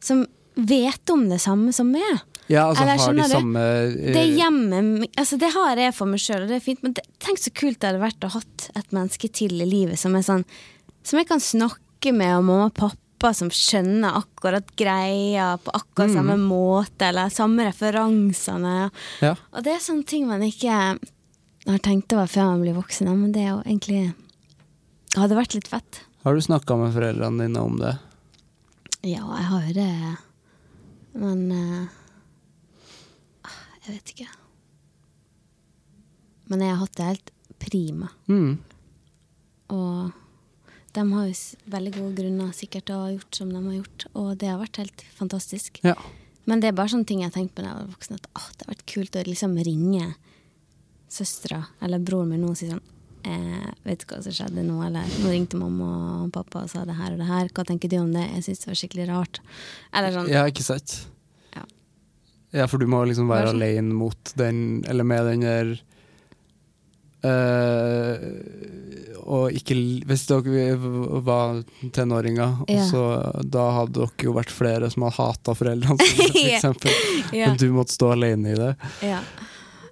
Speaker 5: Som vet om det samme som meg.
Speaker 4: Ja, altså har
Speaker 5: Eller,
Speaker 4: de
Speaker 5: skjønner du?
Speaker 4: samme eh,
Speaker 5: Det hjemmet mi- altså det har jeg for meg sjøl, og det er fint, men det, tenk så kult det hadde vært å hatt et menneske til i livet som er sånn Som jeg kan snakke med, og mamma og pappa som skjønner akkurat greia på akkurat samme måte, eller samme referansene.
Speaker 4: Mm. Ja.
Speaker 5: Og det er sånne ting man ikke har tenkt over før man blir voksen, ja, men det er jo egentlig Hadde vært litt fett.
Speaker 4: Har du snakka med foreldrene dine om det?
Speaker 5: Ja, jeg har jo det, men eh, Jeg vet ikke. Men jeg har hatt det helt prima.
Speaker 4: Mm.
Speaker 5: Og de har jo s- veldig gode grunner sikkert til å ha gjort som de har gjort, og det har vært helt fantastisk.
Speaker 4: Ja.
Speaker 5: Men det er bare sånne ting jeg har tenkt på da jeg var voksen, at «Åh, det har vært kult å liksom ringe søstera eller broren min nå og si sånn eh, Vet du hva som skjedde nå? Eller nå ringte mamma og pappa og sa det her og det her. Hva tenker du om det? Jeg syns det var skikkelig rart. Eller sånn.
Speaker 4: ja, ikke sant?
Speaker 5: Ja.
Speaker 4: Ja, for du må liksom
Speaker 5: Bare
Speaker 4: være
Speaker 5: sånn.
Speaker 4: alene mot den, eller med den der eh, og ikke l- Hvis dere var tenåringer, og
Speaker 5: Ja.
Speaker 4: så- da hadde dere jo vært flere som hadde hata foreldrene sine, for
Speaker 5: Ja.
Speaker 4: eksempel.
Speaker 5: Ja.
Speaker 4: Men du måtte stå alene i det.
Speaker 5: Ja.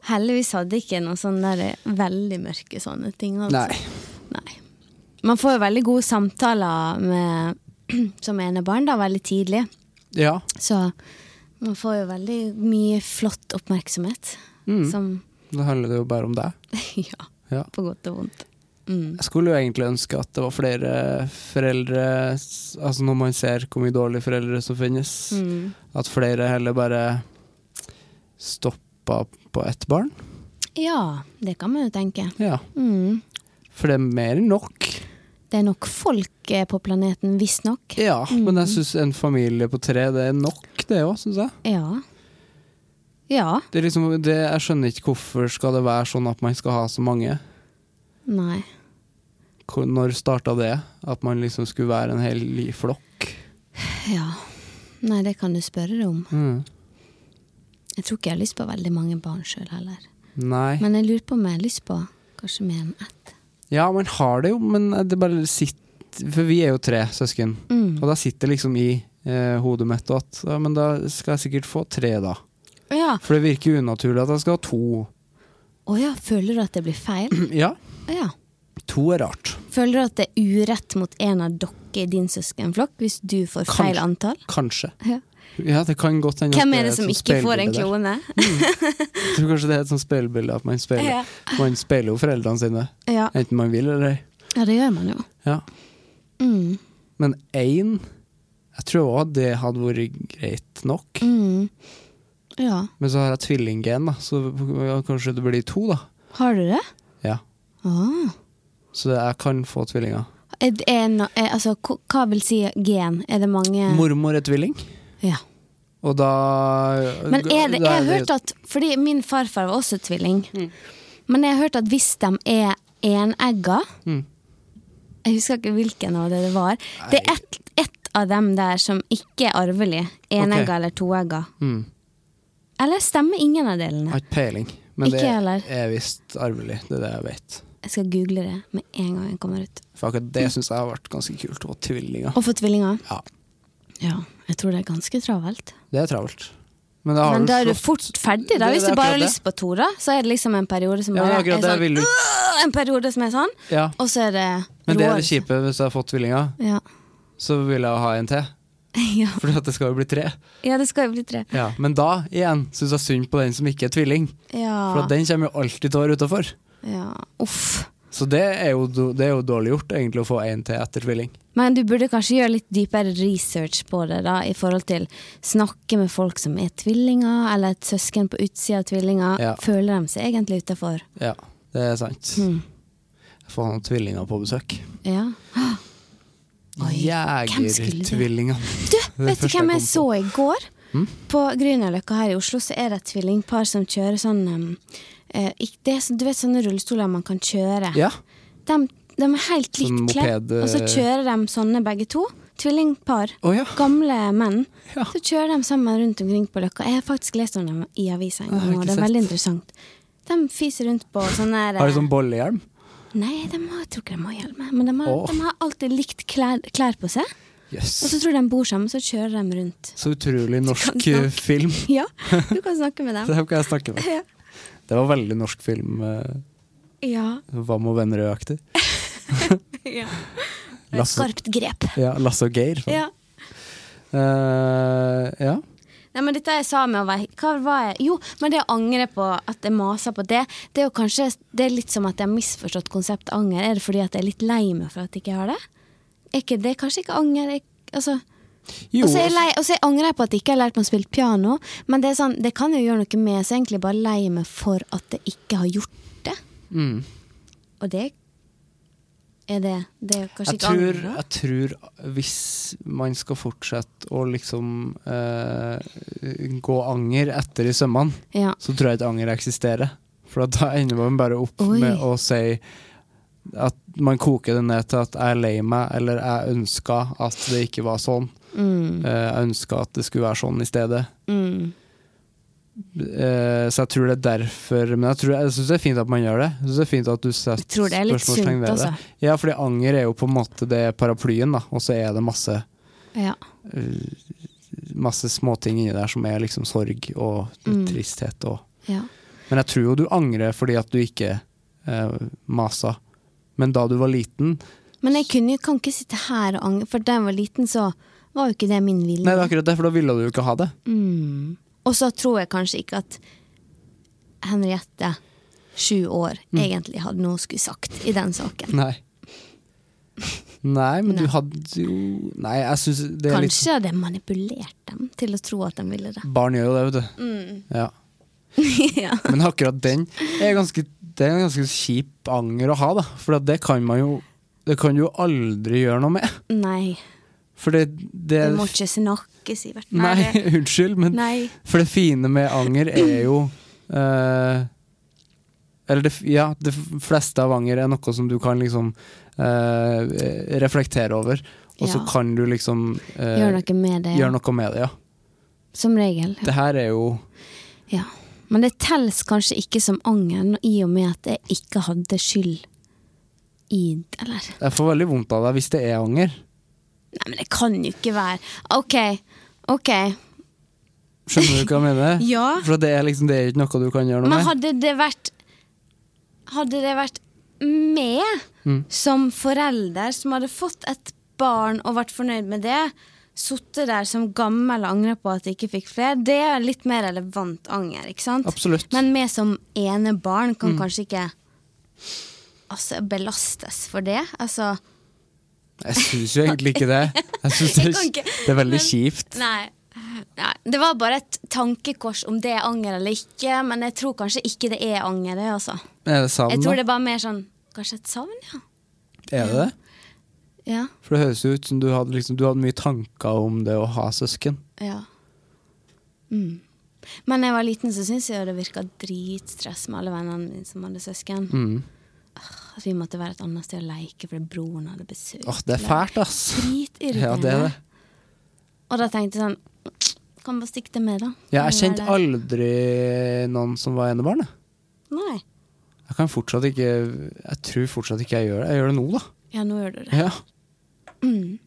Speaker 5: Heldigvis hadde jeg ikke noen sånne der veldig mørke sånne ting. Altså.
Speaker 4: Nei.
Speaker 5: Nei. Man får jo veldig gode samtaler med, som enebarn da, veldig tidlig.
Speaker 4: Ja.
Speaker 5: Så man får jo veldig mye flott oppmerksomhet. Som
Speaker 4: Da handler det jo bare om deg.
Speaker 5: ja,
Speaker 4: Mm. Ja.
Speaker 5: på godt og vondt. Mm.
Speaker 4: Jeg skulle jo egentlig ønske at det var flere foreldre s- Altså når man ser hvor mye dårlige foreldre som finnes,
Speaker 5: Mm.
Speaker 4: at flere heller bare stoppa på ett barn.
Speaker 5: Ja, det kan man jo tenke.
Speaker 4: Ja.
Speaker 5: Mm.
Speaker 4: For det er mer enn nok.
Speaker 5: Det er nok folk eh, på planeten, visstnok.
Speaker 4: Ja, men jeg syns en familie på tre, det er nok, det òg, syns jeg.
Speaker 5: Ja. Ja.
Speaker 4: Det er liksom, det, jeg skjønner ikke hvorfor skal det være sånn at man skal ha så mange.
Speaker 5: Nei.
Speaker 4: Hvor- Når starta det? At man liksom skulle være en hel li- flokk?
Speaker 5: Ja. Nei, det kan du spørre deg om.
Speaker 4: Mm.
Speaker 5: Jeg tror ikke jeg har lyst på veldig mange barn sjøl heller.
Speaker 4: Nei.
Speaker 5: Men jeg lurer på om jeg har lyst på kanskje mer enn ett.
Speaker 4: Ja, man har det jo, men det bare sitter For vi er jo tre søsken,
Speaker 5: Mm.
Speaker 4: og da sitter det liksom i eh, hodet mitt og at ja, men da skal jeg sikkert få tre, da.
Speaker 5: Ja.
Speaker 4: For det virker unaturlig at jeg skal ha to.
Speaker 5: Å ja, føler du at det blir feil?
Speaker 4: Ja,
Speaker 5: Å ja.
Speaker 4: to er rart.
Speaker 5: Føler du at det er urett mot en av dere i din søskenflokk hvis du får feil
Speaker 4: Kanskje.
Speaker 5: antall?
Speaker 4: Kanskje.
Speaker 5: Ja.
Speaker 4: Ja, det kan godt hende at
Speaker 5: Hvem er
Speaker 4: er
Speaker 5: det
Speaker 4: et
Speaker 5: som
Speaker 4: sånt
Speaker 5: ikke får en
Speaker 4: speilbilde der.
Speaker 5: klone?
Speaker 4: Jeg tror kanskje det er et sånt speilbilde at man speiler.
Speaker 5: Ja.
Speaker 4: Man speiler jo foreldrene sine,
Speaker 5: Ja.
Speaker 4: enten man vil eller ei.
Speaker 5: ja, det gjør man jo.
Speaker 4: Ja.
Speaker 5: Mm.
Speaker 4: Men én Jeg tror òg det hadde vært greit nok.
Speaker 5: Mm. Ja.
Speaker 4: Men så har jeg tvillinggen, da, så ja, kanskje det blir to, da.
Speaker 5: Har du det?
Speaker 4: Ja.
Speaker 5: Ah.
Speaker 4: Så jeg kan få tvillinger.
Speaker 5: Er, er, no- er, altså, hva- hva vil si gen? Er det mange
Speaker 4: Mormor er tvilling,
Speaker 5: Ja.
Speaker 4: og da
Speaker 5: Men er det,
Speaker 4: da
Speaker 5: jeg har hørt at Fordi min farfar var også tvilling. Men jeg har hørt at hvis de er enegga
Speaker 4: Mm.
Speaker 5: Jeg husker ikke hvilken av det det var. Det er ett ett av dem der som ikke er arvelig. Enegga
Speaker 4: Ok.
Speaker 5: eller toegga.
Speaker 4: Mm.
Speaker 5: Eller stemmer ingen av delene?
Speaker 4: Har ikke peiling. Men
Speaker 5: Ikke
Speaker 4: det
Speaker 5: heller.
Speaker 4: er visst arvelig. Det er det jeg vet.
Speaker 5: Jeg skal google det med en gang jeg kommer ut.
Speaker 4: For akkurat
Speaker 5: Mm.
Speaker 4: det syns jeg har vært ganske kult. Og tvillinger.
Speaker 5: Og for tvillinger?
Speaker 4: Ja,
Speaker 5: Ja, jeg tror det er ganske travelt.
Speaker 4: det er travelt. Men da har
Speaker 5: Men da er du
Speaker 4: slått-
Speaker 5: fort ferdig. Da.
Speaker 4: Det-
Speaker 5: Hvis
Speaker 4: det er
Speaker 5: du bare har
Speaker 4: akkurat det.
Speaker 5: lyst på to, da, så er det liksom en periode som
Speaker 4: Ja,
Speaker 5: bare
Speaker 4: akkurat
Speaker 5: er
Speaker 4: det
Speaker 5: sånn
Speaker 4: vil du-
Speaker 5: «Åh!» En periode som er sånn,
Speaker 4: Ja.
Speaker 5: og så er det
Speaker 4: Men det er det
Speaker 5: roelse.
Speaker 4: kjipe hvis jeg har fått tvillinger.
Speaker 5: Ja.
Speaker 4: Så vil jeg ha en til,
Speaker 5: Ja.
Speaker 4: for det skal jo bli tre.
Speaker 5: ja, det skal jo bli tre.
Speaker 4: Men da igjen syns jeg synd på den som ikke er tvilling, for
Speaker 5: Ja.
Speaker 4: at den kommer jo alltid til å være utafor.
Speaker 5: ja. Uff.
Speaker 4: Så det er, jo, do- det er jo dårlig gjort egentlig å få en til etter tvilling.
Speaker 5: Men du burde kanskje gjøre litt dypere research på det, da, i forhold til snakke med folk som er tvillinger, eller et søsken på utsida av tvillinger.
Speaker 4: Ja.
Speaker 5: Føler de seg egentlig utafor?
Speaker 4: Ja, det er sant.
Speaker 5: Mm.
Speaker 4: Få noen tvillinger på besøk.
Speaker 5: Ja. hvem skulle det?
Speaker 4: Jegertvillingene.
Speaker 5: Du,
Speaker 4: er det
Speaker 5: vet du
Speaker 4: første
Speaker 5: hvem
Speaker 4: jeg kom Mm?
Speaker 5: jeg så i går? På Grünerløkka her i Oslo så er det et tvillingpar som kjører sånn um, eh, ikk- det er, sånn- Du vet sånne rullestoler man kan kjøre?
Speaker 4: Ja.
Speaker 5: De, de er helt likt
Speaker 4: Sånn
Speaker 5: kledd,
Speaker 4: moped,
Speaker 5: og så
Speaker 4: eh.
Speaker 5: kjører de sånne begge to. Tvillingpar.
Speaker 4: Å ja.
Speaker 5: Gamle menn.
Speaker 4: Ja.
Speaker 5: Så kjører de sammen rundt omkring på Løkka. Jeg har faktisk lest om dem i avisa en
Speaker 4: Jeg har
Speaker 5: gang,
Speaker 4: ikke
Speaker 5: og det er
Speaker 4: sett.
Speaker 5: veldig interessant. De fiser rundt på sånne der,
Speaker 4: Har de sånn bollehjelm?
Speaker 5: Nei, de har, jeg tror ikke de har hjelm, men de har,
Speaker 4: Å.
Speaker 5: de har alltid likt klær, klær på seg.
Speaker 4: Jøss.
Speaker 5: Og så tror jeg de bor sammen, så kjører de rundt.
Speaker 4: Så utrolig
Speaker 5: Kan
Speaker 4: norsk
Speaker 5: snakke.
Speaker 4: eh, film.
Speaker 5: Ja, du kan snakke med
Speaker 4: Det
Speaker 5: dem.
Speaker 4: kan jeg snakke med.
Speaker 5: Ja.
Speaker 4: Det var veldig norsk film. eh,
Speaker 5: Ja,
Speaker 4: Vam og venner-aktig.
Speaker 5: ja.
Speaker 4: Lasse,
Speaker 5: Skarpt grep.
Speaker 4: ja, Lasse og Geir. sånn.
Speaker 5: Ja.
Speaker 4: Eh, ja.
Speaker 5: Nei, men dette jeg sa med å være Hva var jeg? Jo, men det å angre på at jeg maser på det, det er jo kanskje Det er litt som at jeg har misforstått konseptet anger. Er det fordi at jeg er litt lei meg for at jeg ikke har det? Er ikke det kanskje ikke anger? Jeg, altså
Speaker 4: Jo,
Speaker 5: Og så er jeg lei- og så jeg angrer jeg på at jeg ikke har lært meg å spille piano, men det, er sånn, det kan jeg jo gjøre noe med, så jeg er egentlig bare lei meg for at jeg ikke har gjort det.
Speaker 4: mm.
Speaker 5: Og det er det. Det er kanskje
Speaker 4: jeg
Speaker 5: ikke
Speaker 4: tror,
Speaker 5: anger. da?
Speaker 4: jeg tror hvis man skal fortsette å liksom eh, gå anger etter i sømmene,
Speaker 5: Ja.
Speaker 4: så tror jeg ikke anger eksisterer. For da ender man bare opp
Speaker 5: Oi.
Speaker 4: med å si at man koker det ned til at jeg er lei meg, eller jeg ønska at det ikke var sånn.
Speaker 5: mm.
Speaker 4: Eh, jeg ønska at det skulle være sånn i stedet. Eh, så jeg tror det er derfor Men jeg, tror- jeg syns det er fint at man gjør det. Jeg synes det er fint at du setter
Speaker 5: Jeg tror det er litt
Speaker 4: spørsmålstegn
Speaker 5: sunt,
Speaker 4: ved det.
Speaker 5: altså.
Speaker 4: Ja, fordi anger er jo på en måte det paraplyen, da. Og så er det masse,
Speaker 5: Ja.
Speaker 4: masse småting inni der som er liksom sorg og
Speaker 5: Mm.
Speaker 4: tristhet og
Speaker 5: ja.
Speaker 4: Men jeg tror jo du angrer fordi at du ikke eh, masa. Men da du var liten
Speaker 5: Men jeg kunne, jo- kan ikke sitte her og angre, for da jeg var liten, så var jo ikke det min vilje.
Speaker 4: Nei, det er akkurat det, for da ville du jo ikke ha det.
Speaker 5: Mm. Og så tror jeg kanskje ikke at Henriette, sju år, egentlig hadde noe hun skulle sagt i den saken.
Speaker 4: Mm. Nei. Nei, men
Speaker 5: Nei.
Speaker 4: du hadde jo Nei, jeg syns det er litt
Speaker 5: Kanskje hadde jeg manipulert dem til å tro at de ville det.
Speaker 4: Barn gjør jo det, vet du.
Speaker 5: Mm.
Speaker 4: Ja.
Speaker 5: ja.
Speaker 4: Men akkurat den er ganske, det er en ganske kjip anger å ha, da. For at det kan man jo Det kan du jo aldri gjøre noe med.
Speaker 5: Nei,
Speaker 4: For det, det
Speaker 5: det må ikke snakke, Sivert.
Speaker 4: Nei,
Speaker 5: det-
Speaker 4: unnskyld, men
Speaker 5: Nei.
Speaker 4: For det fine med anger er jo eh, Eller det, f- ja, det f- fleste av anger er noe som du kan liksom eh, reflektere over. Og så
Speaker 5: Ja.
Speaker 4: kan du liksom eh,
Speaker 5: Gjør noe med det, ja.
Speaker 4: gjøre noe med det. Ja.
Speaker 5: som regel. Ja.
Speaker 4: Det her er jo
Speaker 5: ja. Men det telles kanskje ikke som anger, i og med at jeg ikke hadde skyld i Eller
Speaker 4: Jeg får veldig vondt av deg hvis det er anger.
Speaker 5: Nei, men det kan jo ikke være OK, OK.
Speaker 4: Skjønner du hva jeg mener?
Speaker 5: Ja.
Speaker 4: For det er liksom det er ikke noe du kan gjøre noe
Speaker 5: Men
Speaker 4: med.
Speaker 5: hadde det vært Hadde det vært meg
Speaker 4: Mm.
Speaker 5: som forelder som hadde fått et barn og vært fornøyd med det, sittet der som gammel og angret på at jeg ikke fikk flere, det er litt mer relevant anger. ikke sant?
Speaker 4: Absolutt. Mm.
Speaker 5: Men vi som enebarn kan kanskje ikke altså, belastes for det. Altså,
Speaker 4: Jeg syns jo egentlig ikke det. Jeg synes
Speaker 5: Jeg
Speaker 4: det,
Speaker 5: kan
Speaker 4: er-
Speaker 5: ikke,
Speaker 4: det er veldig
Speaker 5: men-
Speaker 4: kjipt.
Speaker 5: nei. nei. Det var bare et tankekors om det er anger eller ikke, men jeg tror kanskje ikke det er anger. det altså.
Speaker 4: Er det savn,
Speaker 5: Jeg tror
Speaker 4: da?
Speaker 5: det er bare mer sånn Kanskje et savn, ja.
Speaker 4: Er det det?
Speaker 5: Ja.
Speaker 4: For det høres jo ut som du hadde, liksom, du hadde mye tanker om det å ha søsken.
Speaker 5: ja. Mm. Men da jeg var liten, så syntes jeg jo det virka dritstress med alle vennene mine som hadde søsken.
Speaker 4: Mm.
Speaker 5: At vi måtte være et annet sted å leke fordi broren hadde besøk.
Speaker 4: Åh, det er fælt, ass. Ja,
Speaker 5: Dritirriterende.
Speaker 4: det er det.
Speaker 5: Og da tenkte jeg sånn Kan bare stikke det med, da.
Speaker 4: Ja, jeg
Speaker 5: Når du er
Speaker 4: kjente
Speaker 5: der.
Speaker 4: aldri noen som var enebarn. jeg.
Speaker 5: Nei.
Speaker 4: Jeg kan fortsatt ikke Jeg tror fortsatt ikke jeg gjør det. Jeg gjør det nå, da.
Speaker 5: Ja, nå gjør du det.
Speaker 4: Ja.
Speaker 5: Mm.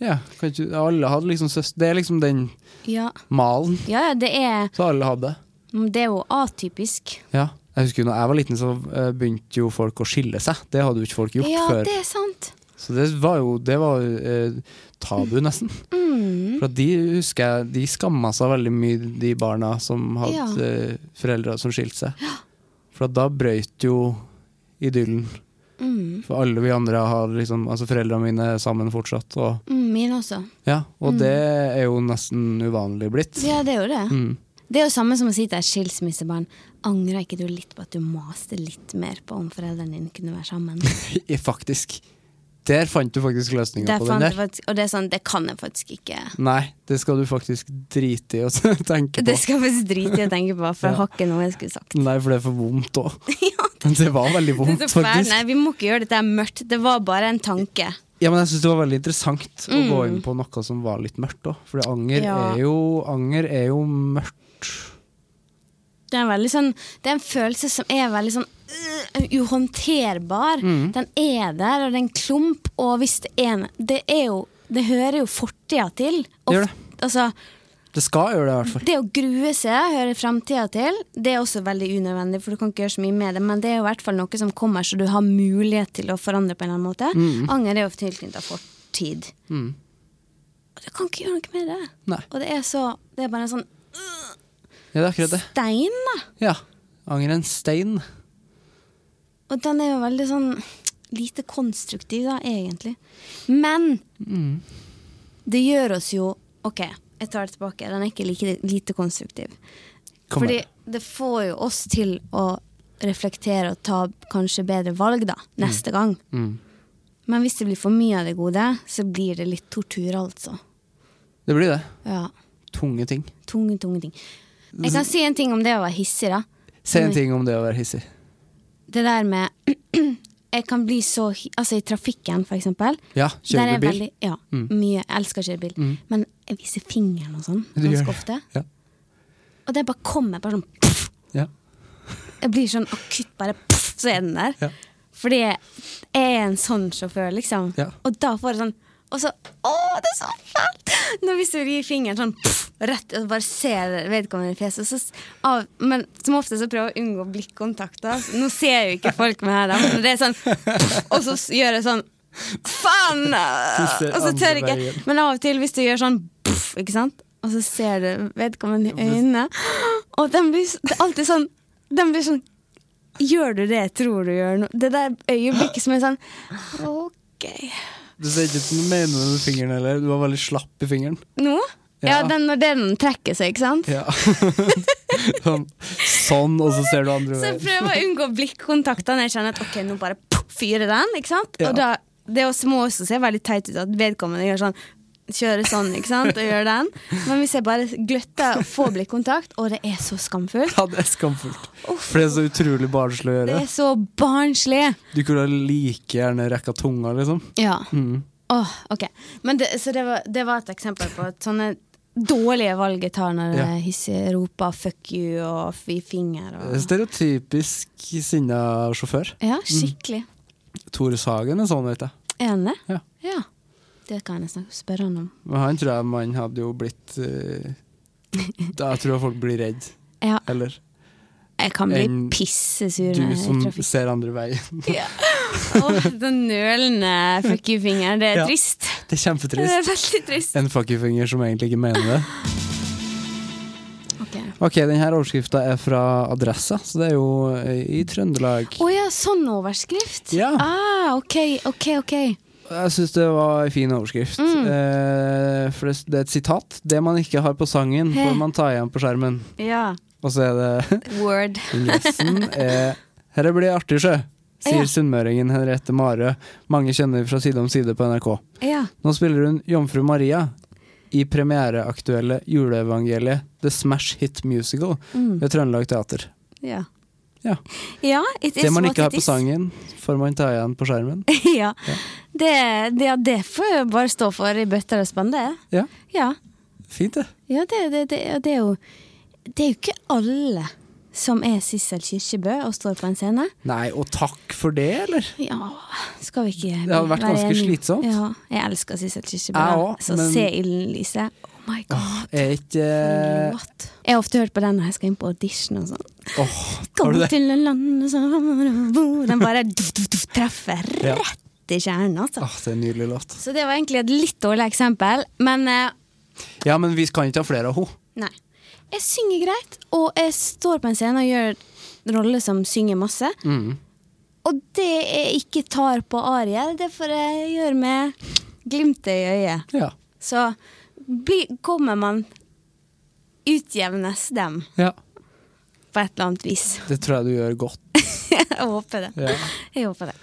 Speaker 4: Ja, kan ikke, alle hadde liksom søs- Det er liksom den
Speaker 5: Ja,
Speaker 4: malen,
Speaker 5: ja, ja det, er,
Speaker 4: så alle hadde.
Speaker 5: det er jo atypisk.
Speaker 4: Ja. Jeg husker jo når jeg var liten, så eh, begynte jo folk å skille seg. Det hadde jo ikke folk gjort
Speaker 5: ja,
Speaker 4: før.
Speaker 5: det er sant.
Speaker 4: Så det var jo det var, eh, tabu, nesten.
Speaker 5: Mm.
Speaker 4: For at de husker jeg, de skamma seg veldig mye, de barna som hadde
Speaker 5: Ja.
Speaker 4: eh, foreldre som skilte seg. For at da brøyt jo idyllen.
Speaker 5: Mm.
Speaker 4: For alle vi andre har liksom Altså foreldrene mine er sammen fortsatt, og,
Speaker 5: Mm, min også.
Speaker 4: ja, og
Speaker 5: Mm.
Speaker 4: det er jo nesten uvanlig blitt.
Speaker 5: Ja, det er jo det.
Speaker 4: Mm.
Speaker 5: Det er jo samme som å si til et skilsmissebarn Angrer ikke du litt på at du maste litt mer på om foreldrene dine kunne være sammen?
Speaker 4: Faktisk. Der fant du faktisk løsninga
Speaker 5: Der
Speaker 4: på den
Speaker 5: fant jeg
Speaker 4: der.
Speaker 5: faktisk, og det er sånn, det kan jeg faktisk ikke.
Speaker 4: Nei, det skal du faktisk drite i å tenke
Speaker 5: Det
Speaker 4: på. Mm.
Speaker 5: skal jeg faktisk drite i å tenke på, for jeg har ikke noe jeg skulle sagt.
Speaker 4: Nei, for det er for vondt òg.
Speaker 5: Ja,
Speaker 4: Det var veldig
Speaker 5: det
Speaker 4: vondt,
Speaker 5: er så fælt.
Speaker 4: faktisk.
Speaker 5: Nei, vi må ikke gjøre dette mørkt. Det var bare en tanke.
Speaker 4: Ja, men jeg synes det var veldig interessant å gå inn på noe som var litt mørkt òg. For anger,
Speaker 5: Mm. Ja.
Speaker 4: er jo, anger er jo mørkt.
Speaker 5: Det er en, veldig sånn, det er en følelse som er veldig sånn øh, uhåndterbar.
Speaker 4: Mm.
Speaker 5: Den er der, og det er en klump. Og hvis det er en Det, er jo, det hører jo fortida til. Og
Speaker 4: gjør
Speaker 5: f- Altså,
Speaker 4: Det skal gjøre det, i hvert fall.
Speaker 5: det å grue seg hører fremtida til. Det er også veldig unødvendig, for du kan ikke gjøre så mye med det. Men det er jo i hvert fall noe som kommer, så du har mulighet til å forandre på en eller annen måte.
Speaker 4: Mm.
Speaker 5: Anger er jo tilknytta fortid. Og du kan ikke gjøre noe med det.
Speaker 4: Nei.
Speaker 5: Og det er så Det er bare en sånn
Speaker 4: Ja, det er akkurat det.
Speaker 5: stein, da.
Speaker 4: Ja. Anger er en stein.
Speaker 5: Og den er jo veldig sånn lite konstruktiv, da, egentlig. Men det gjør oss jo OK, jeg tar det tilbake. Den er ikke like lite konstruktiv.
Speaker 4: Kom
Speaker 5: Fordi
Speaker 4: her.
Speaker 5: det får jo oss til å reflektere og ta kanskje bedre valg da, neste gang. Men hvis det blir for mye av det gode, så blir det litt tortur, altså.
Speaker 4: Det blir det.
Speaker 5: Ja,
Speaker 4: Tunge ting.
Speaker 5: Tunge, tunge ting. Jeg kan si en ting om det å være hissig, da.
Speaker 4: Si en
Speaker 5: Nei.
Speaker 4: ting om det å være hissig.
Speaker 5: Det der med Jeg kan bli så hi- Altså, i trafikken, for eksempel.
Speaker 4: Ja,
Speaker 5: Der er
Speaker 4: kjører
Speaker 5: jeg
Speaker 4: du bil? Mm.
Speaker 5: Veldig, ja, mye. Jeg elsker å kjøre bil. Men jeg viser fingeren og sånn
Speaker 4: Du gjør
Speaker 5: ganske
Speaker 4: det.
Speaker 5: ofte.
Speaker 4: Ja.
Speaker 5: Og det bare kommer bare sånn pff.
Speaker 4: Ja.
Speaker 5: Jeg blir sånn akutt bare pff, så er den der.
Speaker 4: Ja.
Speaker 5: Fordi jeg er en sånn sjåfør, liksom.
Speaker 4: Ja.
Speaker 5: Og da får jeg sånn og så Å, det er så fælt! Nå hvis du gir fingeren sånn pff, rett og bare ser vedkommende i fjeset. Så, s- av, men som ofte så prøver jeg å unngå blikkontakt. da. Nå ser jo ikke folk meg her, da, men det er sånn pff, Og så s- gjør jeg sånn Faen!
Speaker 4: ser
Speaker 5: Og så tør
Speaker 4: andre
Speaker 5: jeg ikke.
Speaker 4: veien.
Speaker 5: Men av og til, hvis du gjør sånn pff, ikke sant? Og så ser du vedkommende i øynene, og den blir, s- det er alltid sånn Den blir sånn Gjør du det jeg tror du gjør nå? Det der øyeblikket som er sånn OK.
Speaker 4: Du ser ikke ut som du mener det med fingeren heller. Du var veldig slapp i fingeren.
Speaker 5: Nå? Ja,
Speaker 4: Ja.
Speaker 5: den, når den trekker seg, ikke sant?
Speaker 4: Ja. sånn, sånn, og så ser du andre
Speaker 5: Så jeg
Speaker 4: veien.
Speaker 5: prøver å unngå blikkontaktene. Jeg kjenner at ok, nå bare puff, fyrer den, ikke sant?
Speaker 4: Ja.
Speaker 5: Og da, det også må også se veldig teit ut at vedkommende gjør sånn, kjører sånn, ikke sant, og gjør den. Men hvis jeg bare gløtter og får blikkontakt, og det er så skamfullt,
Speaker 4: Ja, det er skamfullt. For det er så utrolig barnslig å
Speaker 5: det
Speaker 4: gjøre.
Speaker 5: er så barnslig.
Speaker 4: Du kunne like gjerne rekka tunga, liksom.
Speaker 5: Ja. Åh, ok. Men det, så det var, det var et eksempel på at sånne dårlige valg jeg tar når
Speaker 4: Ja.
Speaker 5: jeg hisser roper 'fuck you' og f- i finger. Og,
Speaker 4: Stereotypisk sinna sjåfør.
Speaker 5: ja, skikkelig.
Speaker 4: Tore Sagen er sånn, vet jeg.
Speaker 5: Er han det?
Speaker 4: Ja.
Speaker 5: Det kan jeg snakke, spørre han om.
Speaker 4: Men han tror jeg man hadde jo blitt eh, da Jeg tror folk blir redd,
Speaker 5: Ja,
Speaker 4: eller
Speaker 5: jeg kan bli
Speaker 4: En-
Speaker 5: pissesur
Speaker 4: du
Speaker 5: når jeg
Speaker 4: som
Speaker 5: er i trafikk.
Speaker 4: ser andre veien.
Speaker 5: Åh, den nølende fuck you-fingeren. Det er
Speaker 4: Ja.
Speaker 5: trist.
Speaker 4: Det er
Speaker 5: Det er
Speaker 4: kjempetrist.
Speaker 5: veldig trist.
Speaker 4: En fuck you-finger som egentlig ikke mener det.
Speaker 5: Ok. Å
Speaker 4: Ok, denne overskrifta er fra Adressa, så det er jo eh, i Trøndelag.
Speaker 5: ja, sånn overskrift?
Speaker 4: Ja.
Speaker 5: Ah, ok, ok, ok.
Speaker 4: Jeg syns det var en fin overskrift.
Speaker 5: Mm.
Speaker 4: Eh, for det, det er et sitat. 'Det man ikke har på sangen,
Speaker 5: He.
Speaker 4: får man ta igjen på skjermen'.
Speaker 5: Ja.
Speaker 4: Og så er det
Speaker 5: Word.
Speaker 4: Ingressen er Herre blir det artig, sjø, sier
Speaker 5: Ja.
Speaker 4: sunnmøringen Henriette Marø. Mange kjenner fra Side om side på NRK.
Speaker 5: Ja.
Speaker 4: Nå spiller hun Jomfru Maria i premiereaktuelle juleevangeliet The Smash Hit Musical ved Trøndelag Teater.
Speaker 5: Ja.
Speaker 4: Ja.
Speaker 5: Ja, it is
Speaker 4: Det man
Speaker 5: what
Speaker 4: ikke har
Speaker 5: it
Speaker 4: på
Speaker 5: is.
Speaker 4: sangen, får man ta igjen på skjermen.
Speaker 5: ja. Det, det, ja, det får jeg bare stå for i bøtter og spann, det.
Speaker 4: Ja.
Speaker 5: Ja.
Speaker 4: Fint, det.
Speaker 5: Ja, det, det, det, det er jo Det er jo ikke alle som er Sissel Kyrkjebø og står på en scene.
Speaker 4: Nei, og takk for det, eller?
Speaker 5: Ja, skal vi ikke
Speaker 4: Det hadde vært
Speaker 5: være
Speaker 4: ganske
Speaker 5: enige?
Speaker 4: slitsomt.
Speaker 5: Ja, jeg elsker Sissel Kyrkjebø.
Speaker 4: Jeg også,
Speaker 5: så
Speaker 4: men-
Speaker 5: se Ilden lyse. Oh my god.
Speaker 4: Er ikke eh,
Speaker 5: låt. Jeg har ofte hørt på den når jeg skal inn på audition og sånn.
Speaker 4: Åh, har
Speaker 5: Kom
Speaker 4: du det?
Speaker 5: til en land som hvor Den bare du, du, du, treffer
Speaker 4: Ja.
Speaker 5: rett i kjernen, altså.
Speaker 4: Åh, det er en nydelig låt.
Speaker 5: Så det var egentlig et litt dårlig eksempel, men eh,
Speaker 4: Ja, men vi kan ikke ha flere av henne.
Speaker 5: Nei. Jeg synger greit, og jeg står på en scene og gjør en rolle som synger masse. Og det jeg ikke tar på arier, det får jeg gjøre med glimtet i øyet.
Speaker 4: Ja.
Speaker 5: Så bli, kommer man utjevnes dem
Speaker 4: ja.
Speaker 5: på et eller annet vis.
Speaker 4: Det tror jeg du gjør godt.
Speaker 5: jeg håper det.
Speaker 4: Ja.
Speaker 5: Jeg håper det.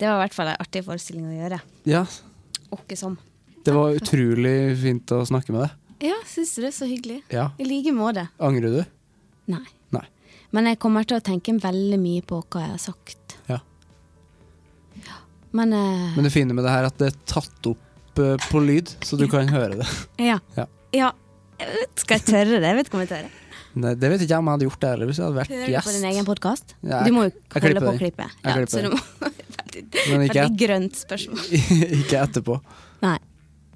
Speaker 5: Det var i hvert fall en artig forestilling å gjøre.
Speaker 4: ja.
Speaker 5: Åkke som.
Speaker 4: Det var utrolig fint å snakke med deg.
Speaker 5: Ja, syns du det? Så hyggelig.
Speaker 4: Ja.
Speaker 5: I like måte.
Speaker 4: Angrer du?
Speaker 5: Nei.
Speaker 4: Nei.
Speaker 5: Men jeg kommer til å tenke veldig mye på hva jeg har sagt.
Speaker 4: Ja.
Speaker 5: Men, eh,
Speaker 4: Men det fine med det her er at det er tatt opp eh, på lyd, så du kan høre det.
Speaker 5: ja.
Speaker 4: Ja.
Speaker 5: Ja. Jeg vet- Skal jeg tørre det? Jeg vet ikke om jeg tør. det.
Speaker 4: Nei, det vet ikke jeg om jeg hadde gjort det heller hvis jeg hadde
Speaker 5: Hører
Speaker 4: vært
Speaker 5: du på din egen
Speaker 4: gjest.
Speaker 5: podkast?
Speaker 4: Ja, jeg-
Speaker 5: du må jo
Speaker 4: jeg
Speaker 5: holde
Speaker 4: klipper
Speaker 5: på å
Speaker 4: den.
Speaker 5: klippe.
Speaker 4: Jeg
Speaker 5: Ja,
Speaker 4: klipper
Speaker 5: så du
Speaker 4: den.
Speaker 5: må veldig,
Speaker 4: Men ikke
Speaker 5: veldig grønt spørsmål.
Speaker 4: ikke etterpå.
Speaker 5: Nei.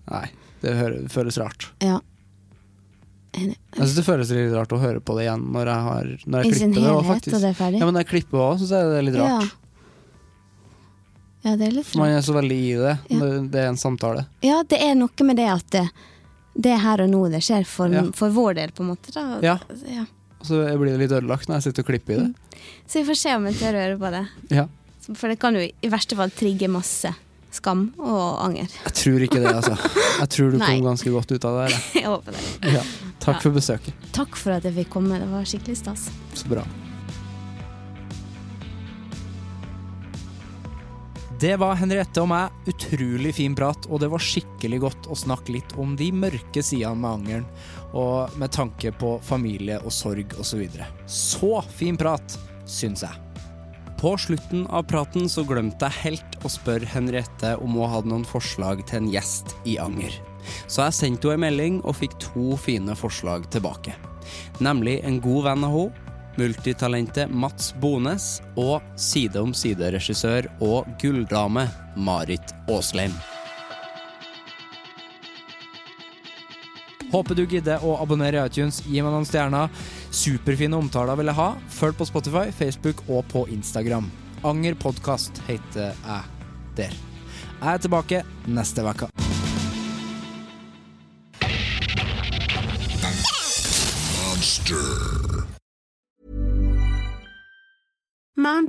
Speaker 4: Nei, det hø- føles rart.
Speaker 5: Ja. Enig.
Speaker 4: Jeg synes det føles litt rart å høre på det igjen når jeg, har, når
Speaker 5: I
Speaker 4: jeg
Speaker 5: sin
Speaker 4: klipper det. også,
Speaker 5: helhet,
Speaker 4: faktisk.
Speaker 5: og det er ferdig.
Speaker 4: Ja, men når jeg klipper også, synes jeg det er litt
Speaker 5: Ja.
Speaker 4: rart.
Speaker 5: ja, det er litt
Speaker 4: For man er så veldig i det.
Speaker 5: Ja.
Speaker 4: når Det er en samtale.
Speaker 5: Ja, det er noe med det at det, det er her og nå det skjer, for,
Speaker 4: Ja.
Speaker 5: for vår del, på en måte. Da.
Speaker 4: Ja.
Speaker 5: Ja.
Speaker 4: Og så blir det litt ødelagt når jeg sitter og klipper i
Speaker 5: Mm.
Speaker 4: det.
Speaker 5: Så vi får se om jeg tør å høre på det.
Speaker 4: Ja.
Speaker 5: For det kan jo i verste fall trigge masse skam og anger.
Speaker 4: Jeg tror ikke det, altså. Jeg tror du
Speaker 5: Nei.
Speaker 4: kom ganske godt ut av det her.
Speaker 5: Jeg håper det.
Speaker 4: jeg. Ja. Takk for besøket.
Speaker 5: Takk for at jeg fikk komme. Det var skikkelig stas.
Speaker 4: Så bra.
Speaker 6: Det var Henriette og meg. Utrolig fin prat, og det var skikkelig godt å snakke litt om de mørke sidene med angeren, og med tanke på familie og sorg osv. Så, videre. så fin prat, syns jeg.
Speaker 4: På slutten av praten så glemte jeg helt å spørre Henriette om hun hadde noen forslag til en gjest i Anger. Så jeg sendte henne en melding og fikk to fine forslag tilbake. Nemlig en god venn av henne, multitalentet Mats Bones og Side om side-regissør og gulldame Marit Aasleim.
Speaker 6: Håper du gidder å abonnere i iTunes. Gi meg noen stjerner. Superfine omtaler vil jeg ha. Følg på Spotify, Facebook og på Instagram. Anger podkast heter jeg der. Jeg er tilbake neste uke.
Speaker 8: Mom